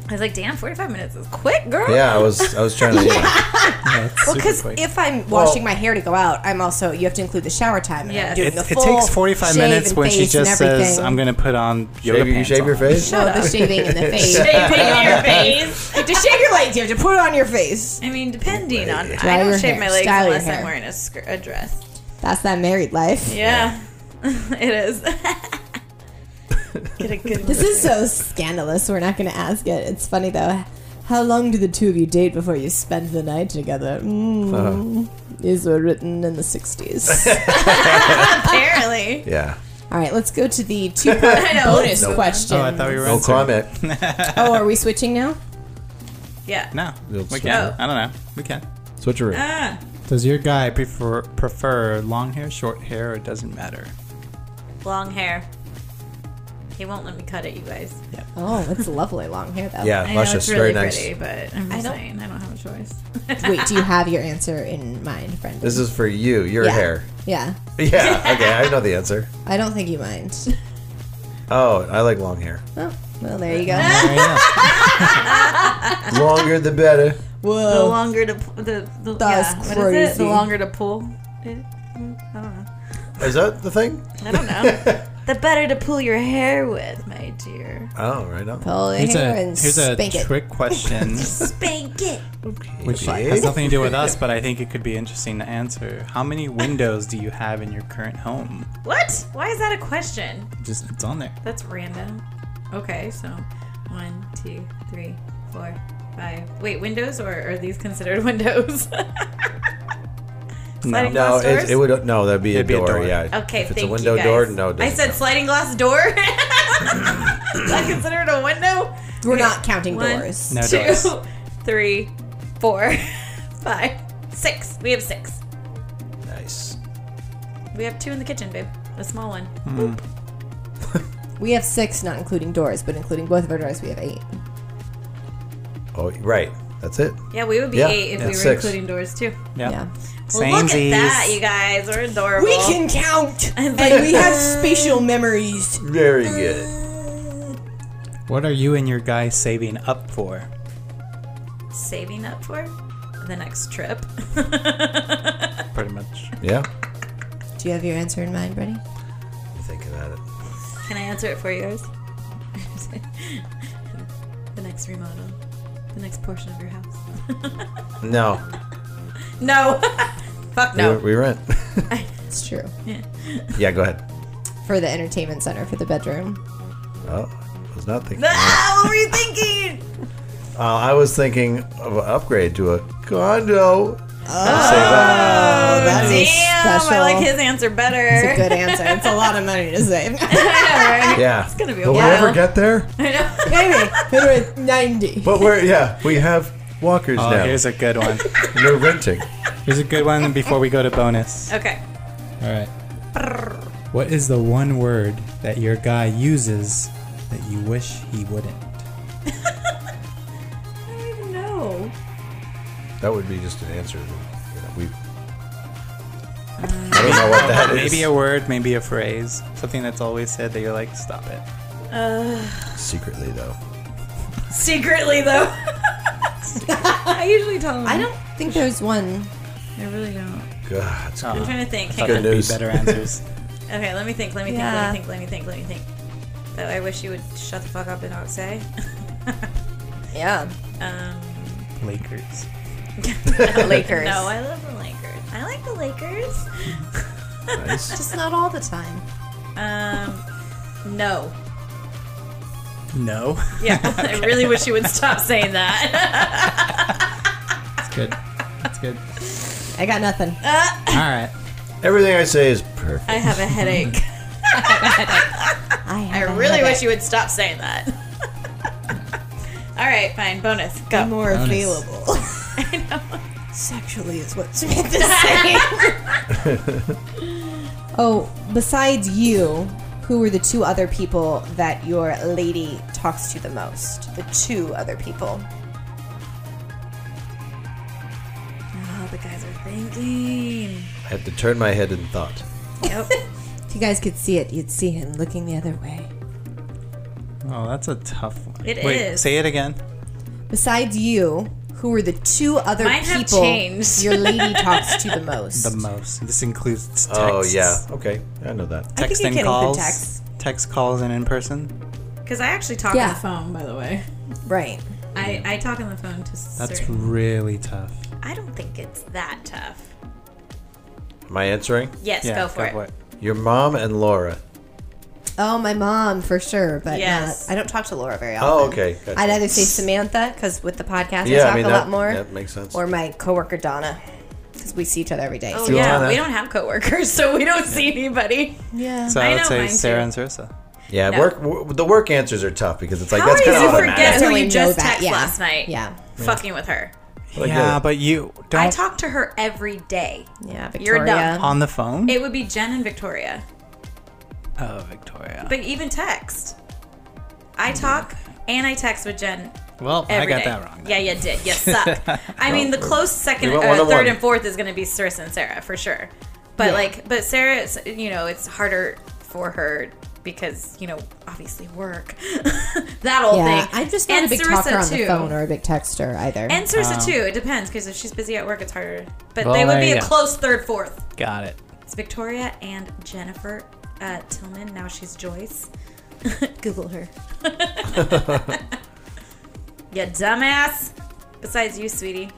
I was like, damn, forty-five minutes is quick, girl. Yeah, I was I was trying to. Yeah, it's well, super because quick. if I'm washing my hair to go out, I'm also you have to include the shower time. And Yes. I'm doing it, the it full takes 45 shave minutes and when she face and just says, everything. I'm going to put on yoga Shave, you pants shave your on." face? No, the shaving and the face. Shaving Putting on your the face. You have to shave your legs. You have to put it on your face. I mean, depending on. Dry I your don't shave hair. my legs Style your unless I'm hair. wearing a, skirt, a dress. That's that married life. Yeah, it is. Get a good. This is so scandalous. We're not going to ask it. It's funny though. How long do the two of you date before you spend the night together? Mm, These were written in the 60s. Apparently, Yeah. All right, let's go to the two part I know. bonus question. Oh, I thought we were No answering. comment. Oh, are we switching now? Yeah. No, You'll we switch can. it. I don't know. We can. Switcheroo. Ah, Does your guy prefer prefer long hair, short hair, or doesn't matter? long hair. He won't let me cut it, you guys. Oh, it's lovely long hair though. Yeah, I know luscious, it's really very nice. pretty, but I'm just I don't- saying I don't have a choice. Wait, do you have your answer in mind, Brendan? This is for you, your yeah. hair. Yeah. Yeah. Okay, I know the answer. I don't think you mind. Oh, I like long hair. Oh, well, there you go. There you go. Longer the better. Oh. The Whoa. longer to p- the, the That's yeah, what is it? crazy. The longer to pull. it? Mm, I don't know. Is that the thing? I don't know. the better to pull your hair with, my dear. Oh, right on. Pull your Here's hair a, and here's a spank it. trick question, Spank it. which has nothing to do with us, but I think it could be interesting to answer. How many windows do you have in your current home? What? Why is that a question? Just it's on there. That's random. Okay, so one, two, three, four, five. Wait, windows or are these considered windows? Sliding No, glass it, doors? it would no. That'd be, a, It'd be a door, door. Yeah. Okay, If it's thank a window you guys. door, no. it I doesn't said count. sliding glass door. Is that considered a window? We're not counting One, doors. No Two, doors. three, four, five, six. We have six. nice. We have two in the kitchen, babe. A small one. We have six, not including doors, but including both of our doors, we have eight. Oh, right. That's it. Yeah, we would be Yeah, eight if we were that's six. including doors too. Yep. Yeah. Well, look at that, Samesies. you guys. We're adorable. We can count, And and like- we have spatial memories. Very good. What are you and your guy saving up for? saving up for the next trip. Pretty much. Yeah. Do you have your answer in mind, Brittany? Think about it. Can I answer it for you guys? the next remodel. The next portion of your house. No. No. Fuck We- no. We, rent. It's true. yeah. Go ahead. For the entertainment center, for the bedroom. Oh, I was not thinking. Ah, what were you thinking? Uh, I was thinking of an upgrade to a condo. Save up. Oh, that'd be Damn, special. I like his answer That's a better. good answer. It's a lot of money to save. I know, right? Yeah. It's gonna be a Will we while. ever get there? I know. Maybe. Maybe with 90. But we're yeah, we have walkers Oh, now. here's a good one. No renting. Here's a good one before we go to bonus. Okay. All right. What is the one word that your guy uses that you wish he wouldn't? No. That would be just an answer. that, you know, we. I don't know what that is. Maybe a word, maybe a phrase, something that's always said that you're like, stop it. Secretly though. Secretly though. I usually tell him. I don't think there's one. I really don't. God, it's I'm good. trying to think. Thought Hang Good there'd on. Uh-huh. be news. better answers. Okay, let me think. Let me Yeah. think. Let me think. Let me think. Let me think. But I wish you would shut the fuck up and not say. Yeah. um, Lakers. Lakers. no, I love the Lakers. I like the Lakers. Uh-huh. Nice. Just not all the time. Um, no. No. Yeah, I really wish you would stop saying that. That's good. That's good. I got nothing. All right. Everything I say is perfect. I have a headache. I, I have a really habit. wish you would stop saying that. All right, fine. Bonus. Be Go. more Bonus. available. I know. Sexually is what's meant to say. oh, besides you, who are the two other people that your lady talks to the most? The two other people. Oh, the guys are thinking. I had to turn my head in thought. Yep. If you guys could see it, you'd see him looking the other way. Oh, that's a tough one. It Wait, is. Say it again. Besides you, who are the two other Mine have people changed. your lady talks to the most? The most. This includes texts. Oh yeah. Okay, I know that. I think Text you and can include calls. texts. Text calls and in person. Because I actually talk Yeah. on the phone, by the way. Right. I, I talk on the phone to That's certain. really tough. I don't think it's that tough. Am I answering? Yes, yeah. go for it. Your mom and Laura. Oh, my mom for sure, but Yes. not, I don't talk to Laura very often. Oh, okay. Gotcha. I'd either say Samantha because with the podcast I yeah, talk I mean a that, lot more, that makes sense. or my coworker Donna because we see each other every day. Oh so- yeah, Joanna. we don't have coworkers, so we don't see anybody. yeah. So Um, I I would know say mine too. Sarah and Sarissa. yeah, no. work. W- the work answers are tough because it's like How that's are kind you of to forget automatic. who Definitely you just know that, texted yeah. last night? Yeah. fucking with her. Like, yeah, but you don't I talk to her every day. Yeah, You're Victoria. dumb. on the phone. It would be Jen and Victoria, oh, Victoria. but even text. I talk and I text with Jen. well, I every got day. that wrong. Yeah, you did. You suck. I mean, the close second, we went uh, one-on-one. third, and fourth is going to be Sarissa and Sarah for sure. But like, but Sarah, it's, you know, it's harder for her because you know, obviously work, that old Yeah, thing. I'm just not And a big Sarissa, talker on too. the phone or Oh. a big texter either. And Sarissa too. It depends because if she's busy at work, it's harder. But Well, they would there be you a go. close third, fourth. Got it. It's Victoria and Jennifer uh, Tillman. Now she's Joyce. Google her. you dumbass. Besides you, sweetie.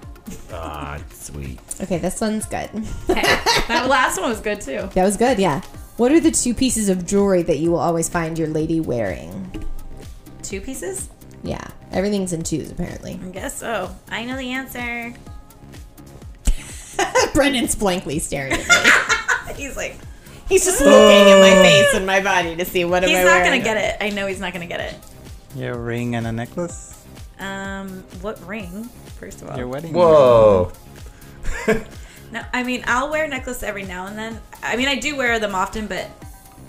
Ah, sweet. okay, this one's good. That last one was good too. That was good. Yeah. What are the two pieces of jewelry that you will always find your lady wearing? Two pieces? Yeah, everything's in twos apparently. I guess so. I know the answer. Brendan's blankly staring at me. He's like, He's just looking at my face and my body to see what am he's I not wearing. gonna get it. I know he's not gonna get it. Your ring and a necklace. Um, what ring? First of all, Your wedding. Whoa. No, I mean I'll wear a necklace every now and then. I mean I do wear them often, but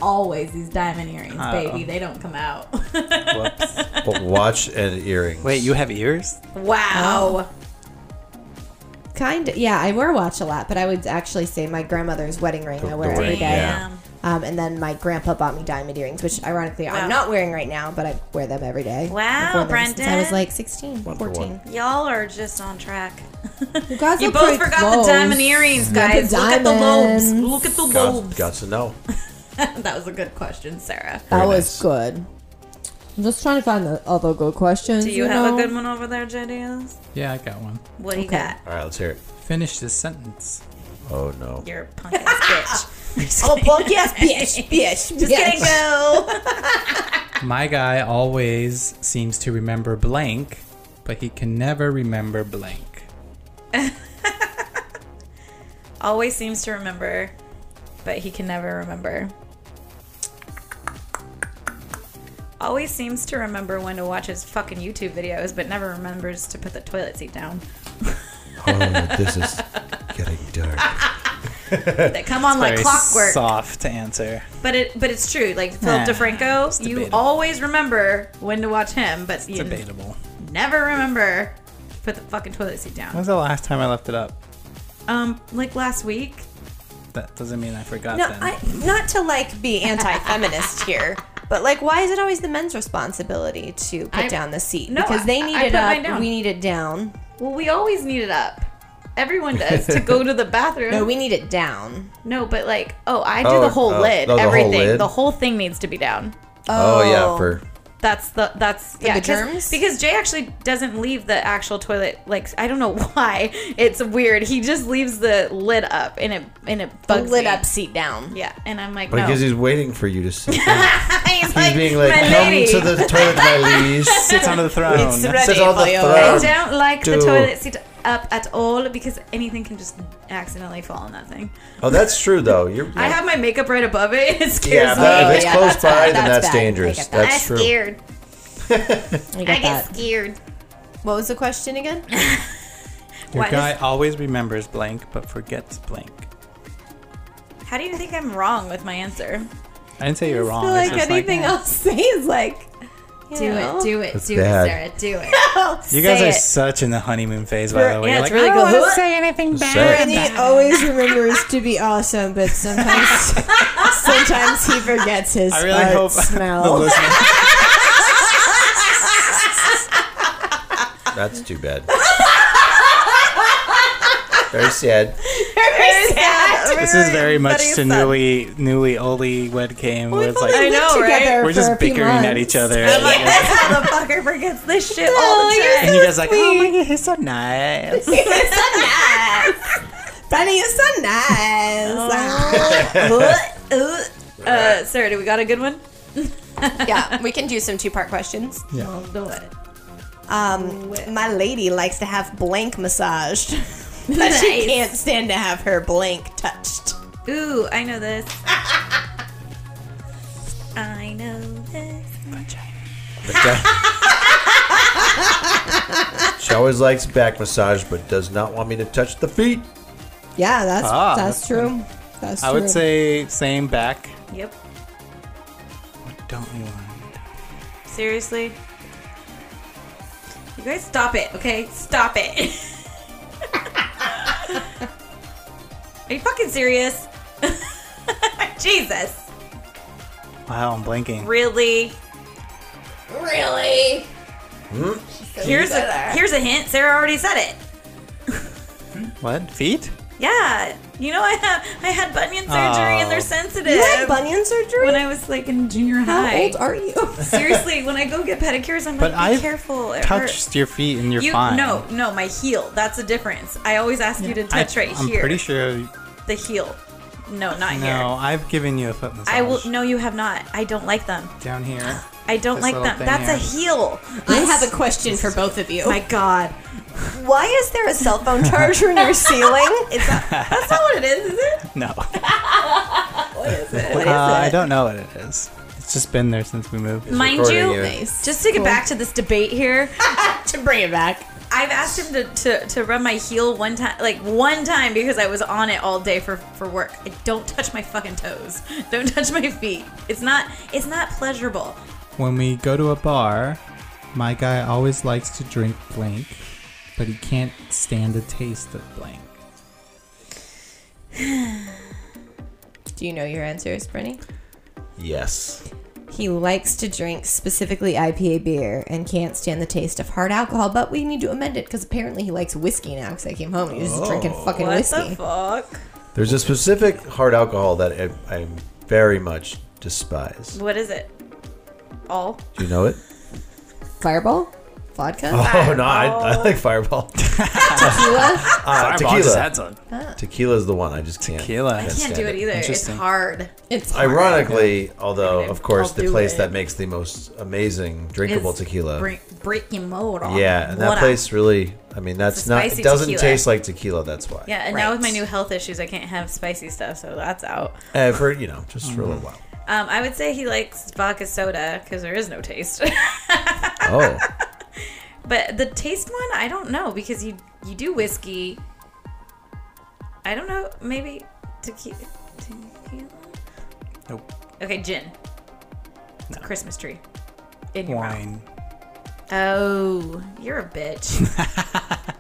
always these diamond earrings, Oh. baby. They don't come out. ring. Whoops. But watch and earrings. Wait, you have ears? wow. Kind of, yeah. I wear a watch a lot, but I would actually say my grandmother's wedding ring The- I the wear ring, every day. yeah. Um, and then my grandpa bought me diamond earrings, which ironically Wow. I'm not wearing right now, but I wear them every day. Wow, I've worn them since I was Brendan. like 16, for one. 14. Y'all are just on track. You, guys look both pretty forgot close. the diamond earrings, Got the guys. Look at the lobes. diamonds. Look at the God, lobes. got to know. that was a good question, Sarah. That Very was nice. good. I'm just trying to find the other good questions. Do you, have know? a good one over there, JDS? Yeah, I got one. What do you Okay. got? All right, let's hear it. Finish this sentence. Oh no. You're a punk ass bitch. Just Oh, kidding. punk yes, bitch, bitch, Just kidding, bitch. go. My guy always seems to remember blank, but he can never remember blank. always seems to remember, but he can never remember. Always seems to remember when to watch his fucking YouTube videos, but never remembers to put the toilet seat down. Oh, this is getting dark. They come on like Very clockwork. Soft answer. But it, but it's true. Like Philip Nah, it's DeFranco, you debatable. always remember when to watch him, but you Debatable. never remember to put the fucking toilet seat down. When's the last time I left it up? Um, like last week. That doesn't mean I forgot No, then. I, not to like be anti-feminist here, but like, why is it always the men's responsibility to put I- down the seat? No, because they I- need I it put mine up. down. We need it down. Well, we always need it up. Everyone does to go to the bathroom. No, we need it down. No, but like, oh, I do Oh, the whole oh, lid, oh, the whole everything. lid? The whole thing needs to be down. Oh, yeah, for That's the that's yeah, the 'cause- germs? because Jay actually doesn't leave the actual toilet. Like I don't know why it's weird. He just leaves the lid up, and it and it the bugs lit me. up seat down. Yeah, and I'm like, no. because he's waiting for you to. Sit. he's He's like, being like, my "Come lady, to the toilet, my liege. Sits on the throne. It's ready Sit on the for you. I throne. don't like the Dude. toilet seat up at all because anything can just accidentally fall on that thing. Oh, that's true though. You're. I have my makeup right above it. It scares yeah, me. that, if it's yeah, close that's by, then bad, that's that's, bad. I dangerous. get that. That's I'm true. scared. I I get get that. scared. What was the question again? Your What guy always remembers blank but forgets blank. How do you think I'm wrong with my answer? I didn't say you're wrong. feel it's like just anything like, eh. I'll say is like, you Do know. it, do it, That's do bad. it, Sarah, do it. You guys Say are it. such in the honeymoon phase, by the way. yeah, You're it's like, really "Oh, I good. don't want to say anything bad. He always remembers to be awesome, but sometimes sometimes he forgets his "Ah, I really fart hope the smell. listener. That's too bad. Very sad. This is very much to newly newly Oli wed came. where it's like I know, right? we're just bickering at each other. This motherfucker forgets this shit all the time. and you guys are like, oh my god, he's so nice. Benny is so nice. Uh, Sarah, do we got a good one? yeah, we can do some two part questions. Yeah. Do it. Um, my lady likes to have blank massaged, but she Nice. can't stand to have her blank touched. Ooh, I know this. I know this. uh, She always likes back massage, but does not want me to touch the feet. Yeah, that's Ah, that's that's true. That's I true. would say same back. Yep. What don't we want? Seriously? You guys stop it, okay? Stop it. Are you fucking serious? Jesus. Wow, I'm blinking. Really? Really? Hmm? Here's a here's a hint. Sarah already said it. What feet? Yeah. You know I have I had bunion surgery and Oh. they're sensitive. You had bunion surgery? when I was like in junior How high. old are you? Seriously, when I go get pedicures, I'm But like, be I've careful. It hurts. Touched your feet and you're You fine. no no my heel. That's a difference. I always ask you to touch I, right I'm here. pretty sure. The heel. No, not No, here. I've given you a foot massage. I will. No, you have not. I don't like them. down here. I don't This like little them. thing That's a here. heel. I have a question for both of you. My God, Why is there a cell phone charger in your ceiling? It's that's not what it is, is it? No. what is it? I don't know what it is. It's just been there since we moved. Mind recording you, you. just to get back to this debate here, to bring it back. I've asked him to, to, to rub my heel one time, like one time, because I was on it all day for, for work. I don't touch my fucking toes. Don't touch my feet. It's not it's not pleasurable. When we go to a bar, my guy always likes to drink blank, but he can't stand the taste of blank. Do you know your answers, Brittany? Yes. He likes to drink specifically IPA beer and can't stand the taste of hard alcohol, but we need to amend it because apparently he likes whiskey now because I came home and he was just drinking fucking What whiskey. the fuck? There's a specific hard alcohol that I, I very much despise. What is it? All? Do you know it? Fireball? Vodka? Oh no, I, I like Fireball. Tequila? Uh, tequila. on. Tequila is the one I just can't. Tequila. I can't stand do it it. either. It's Interesting. hard. It's Ironically, although of course I'll the do place it. that makes the most amazing drinkable It's tequila. Break, breaking mode on yeah, and that what I- place really I mean, that's It's a not. spicy It doesn't tequila. taste like tequila. That's why. Yeah, and now with my Right. new health issues, I can't have spicy stuff, so that's out. Uh, for you know, just for a little while. Um, I would say he likes vodka soda because there is no taste. Oh, but the taste one, I don't know because you you do whiskey. I don't know. Maybe tequila. tequila? Nope. Okay, gin. It's a Christmas tree. In your mouth. Wine. Oh, you're a bitch.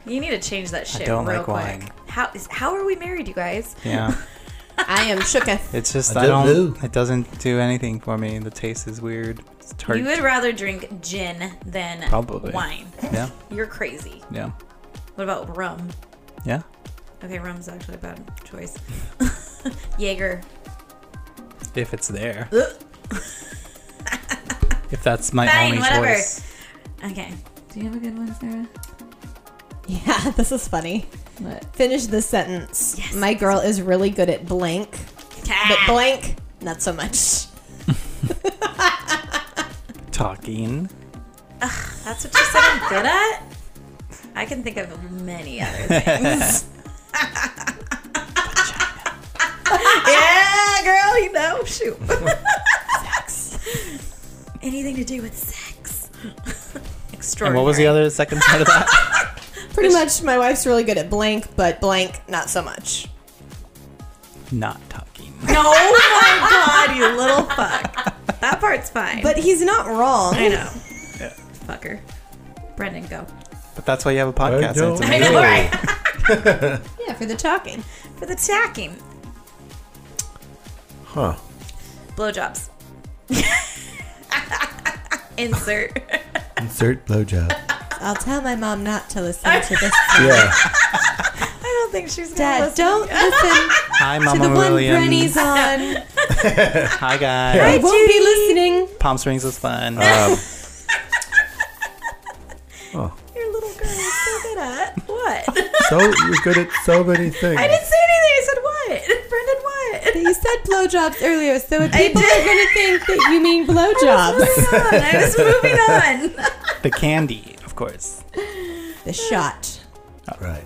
you need to change that shit don't real like quick. wine. How is, how are we married, you guys? Yeah. I am shooketh. It's just I I don't don't. know. It doesn't do anything for me. The taste is weird. It's tart. You would rather drink gin than Probably. wine. yeah. You're crazy. Yeah. What about rum? Yeah. Okay, rum's actually a bad choice. Jaeger. If it's there. Ugh. if that's my Fine, only whatever. choice. Okay. Do you have a good one, Sarah? Yeah, this is funny. What? Finish this sentence. My girl is really good at blank, Ah. but blank, not so much. Talking. That's what you said I'm good at? I can think of many other things. yeah, girl, you know, shoot. sex. Anything to do with sex. And Extraordinary. what was the other second part of that? Pretty much, my wife's really good at blank, but blank, not so much. Not talking. No, my God, you little fuck. That part's fine. But he's not wrong. I know. Fucker. Brendan, go. But that's why you have a podcast. and it's don't I amazing. know, No. right? Yeah, for the talking. For the tacking. huh? Blowjobs. Insert. Insert blowjob. I'll tell my mom not to listen to this. Yeah. I don't think she's gonna Dad, don't listen Hi, to the Mama one Williams. Brenny's on. Hi, guys. I won't be listening. Palm Springs was fun. Um, Your little girl is so good at what? so you're good at so many things. I didn't say anything. I said what? Brendan, what? You said blowjobs earlier, so if I people are did. going to think that you mean blowjobs. Moving on. I was moving on. The candy, of course. The shot. Right.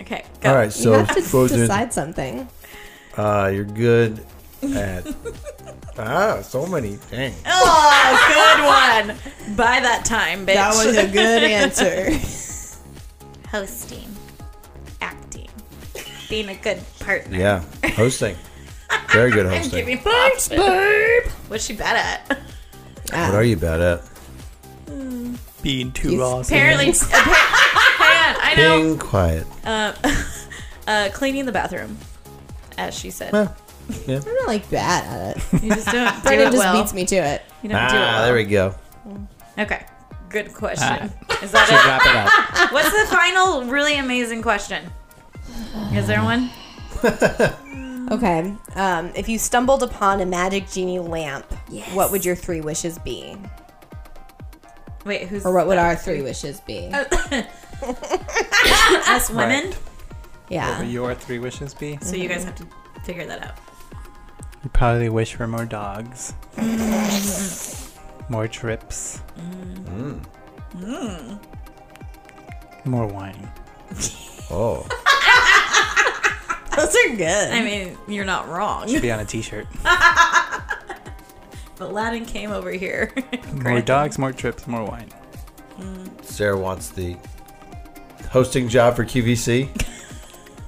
Okay, go. All right. You So have to what was it? decide something. Uh, you're good at ah, so many things. Oh, good one. By that time, bitch. That was a good answer. hosting, acting, being a good partner. Yeah, hosting. Very good I'm hosting. giving props, babe. What's she bad at? What are you bad at? Being too awesome. Apparently, appa- hang on. I know. Being quiet. Uh, cleaning the bathroom, as she said. Huh. I'm not like bad at it. You just don't do Brennan it just well. beats me to it. You don't do it Ah, well. there we go. Okay. Good question. Is Should that wrap it up. it? What's the final really amazing question? Is there one? Okay. Um, if you stumbled upon a magic genie lamp, what would your three wishes be? Wait, who's Or what would the- our three Oh. wishes be? us Ah, women? Right. What would yeah. your three wishes be? So you guys have to figure that out. You probably wish for more dogs, more trips, Mm. more wine. Oh, Those are good. I mean, you're not wrong. Should be on a T-shirt. But Aladdin came over here. more dogs, more trips, more wine. Sarah wants the hosting job for QVC.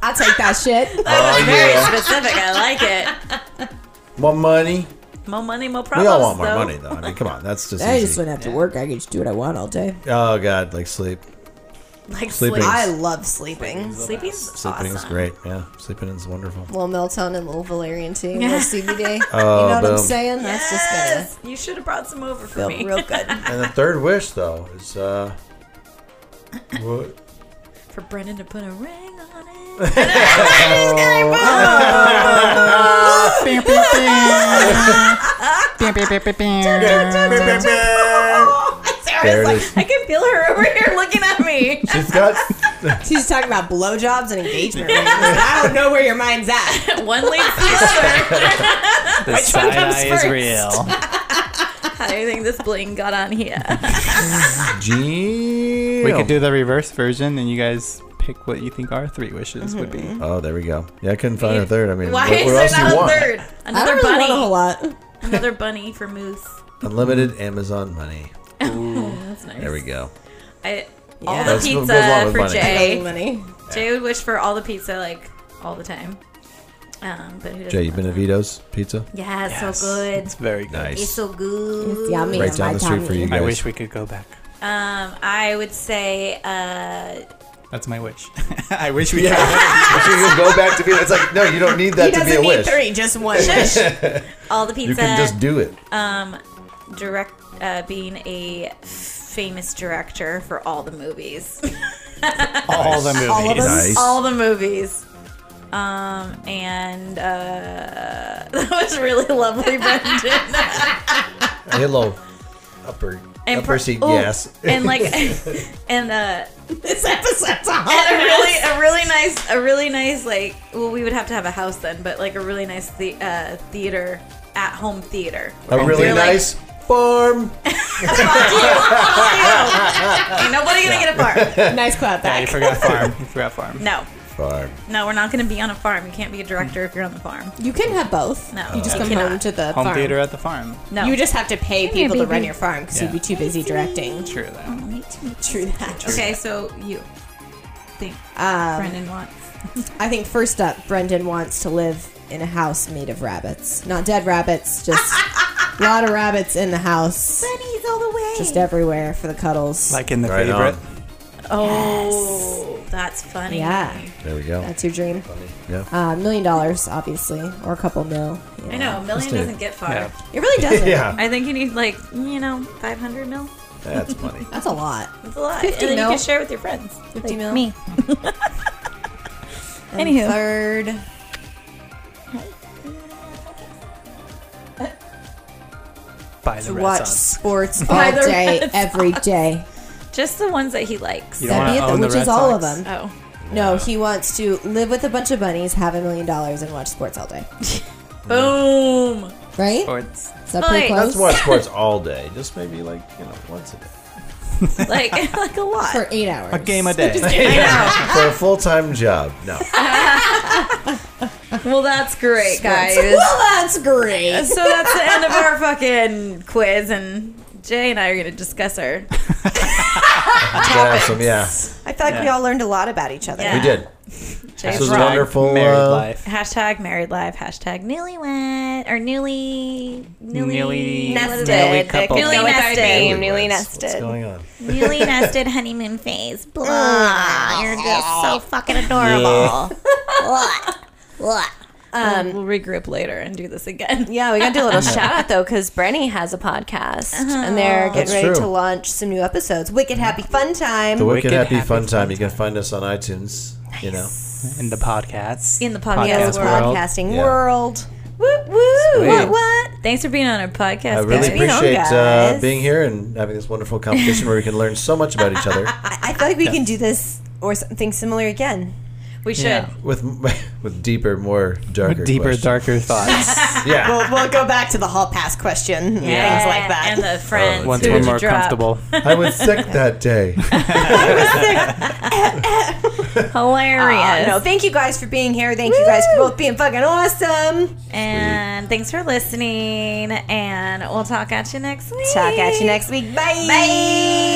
I'll take that shit. Oh Very yeah. specific. I like it. More money. More money, more We problems. all want more though. money, though. I mean, come on, that's just. I just Easy. wouldn't have to work. I could just do what I want all day. Oh god, like sleep. Like Sleeping. sleeping. I love sleeping. Sleeping's Sleeping awesome. is great. Yeah, sleeping is wonderful. Little melatonin, little valerian tea, little CBD. you Oh, know what I'm boom. saying? That's just Yes! You should have brought some over for gonna me. feel real good. And the third wish, though, is uh, what? for Brendan to put a ring on it. There Sarah's Oh, it like, is. I can feel her over here looking at me. She's got She's talking about blowjobs and engagement rings. I don't know where your mind's at. One leads to the other. The side eye is real. I think this bling got on here. Gene. Damn. We could do the reverse version, and you guys pick what you think our three wishes would Mm-hmm. be. Oh, there we go. Yeah, I couldn't find a third. I mean, Why what, is what there else do not you a want? third? I Another don't really want a whole bunny. lot. Another bunny for Moose. Unlimited Amazon money. That's nice. There we go. I, All the That's what goes pizza along with for bunny. Jay. money. Jay would wish for all the pizza like all the time. Um, but who doesn't Jay, you love Benevito's pizza? that? Yeah, it's Yes, so good. It's very good. It's Nice. so good. It's yummy. Right on down my the street for tummy. you. I Guys. wish we could go back. Um, I would say uh, That's my wish. I wish we could. If you can go back to be, it's like no, you don't need He that to be a doesn't need wish. three, just one. all the You pizza. can just do it. um, direct uh, being a famous director for all the movies, All the movies. All of us. Nice. all the movies. Um, and uh, that was really lovely, Brendan. Hello. Upper Uh, And upper per- seat, oh, yes. and like, and uh, this episode's a and a holiday. really a really nice a really nice like well we would have to have a house then but like a really nice the, uh, theater at home theater A really They're like- nice farm. Ain't nobody gonna get a farm Uh, nice clap Yeah, you back. forgot farm. You forgot farm. no Farm. no we're not gonna be on a farm you can't be a director if you're on the farm You can have both. No, You just you come cannot. home to the Home farm. theater at the farm. no You just have to pay here, people to run baby. your farm because Yeah. you'd be too busy directing. True that. Me too. True that. okay so you think Um, Brendan wants I think first up, Brendan wants to live in a house made of rabbits. Not dead rabbits, just a lot of rabbits in the house, bunnies all the way just everywhere for the cuddles. Like in the Right favorite. on. oh that's funny yeah, There we go. that's your dream. Yeah. Uh, million dollars, obviously, or a couple mil. I know a million do it. doesn't get far Yeah. It really doesn't. yeah. I think you need like you know 500 mil That's money. That's a lot. that's a lot 50 and then mil. you can share with your friends 50 mil. me And Anywho. third. By To the Red watch Sox. sports By all the day, Red every day. just the ones that he likes You don't That'd be it, wanna though, own the which Red is all of Sox. them. oh No, he wants to live with a bunch of bunnies, have a million dollars, and watch sports all day. Boom. Right? Sports. Is that pretty Oi. close? Let's watch sports all day. Just maybe like, you know, once a day. Like like a lot. For eight hours. A game a day. I For a full time job. No. know. Well, that's great, guys. Well, that's great. so that's the end of our fucking quiz, and Jay and I are gonna discuss our. Gotta have some, yeah. I feel like we Yeah. all learned a lot about each other. Yeah. We did. Jay's This was rock. wonderful. Married uh, life. Hashtag married life. Hashtag newlywed or newly newly, Newly- what is Nested. Newly it? coupled. Newly Go with nested. Newlyweds. newly What's nested. Mm-hmm. going on? newly nested honeymoon phase. Blah. You're just so fucking adorable. um, we'll regroup later and do this again. Yeah, we got to do a little shout out though, because Brenny has a podcast and Uh-huh. they're That's getting Ready to true. launch some new episodes. Wicked Happy Fun Time. The Wicked, Wicked Happy, Happy Fun Fun Time. You can find us on iTunes. You know. In the podcast. In the podcast world. Podcasting Yeah. world. Woo woo. Sweet. What what? Thanks for being on our podcast. I really guys. appreciate- appreciate uh, guys. being here and having this wonderful competition where we can learn so much about each other I, I feel like we can do this or something similar again. we should. Yeah. with with deeper, more darker, Deeper, questions. darker thoughts. Yeah, We'll, we'll go back to the hall pass question and things like that. And the friends. Oh, Once who we're would you more drop? comfortable. I was sick that day. Hilarious. Uh, Ah, no, thank you guys for being here. Thank you guys for both being fucking awesome. and thanks for listening. And we'll talk at you next week. Talk at you next week. Bye. Bye.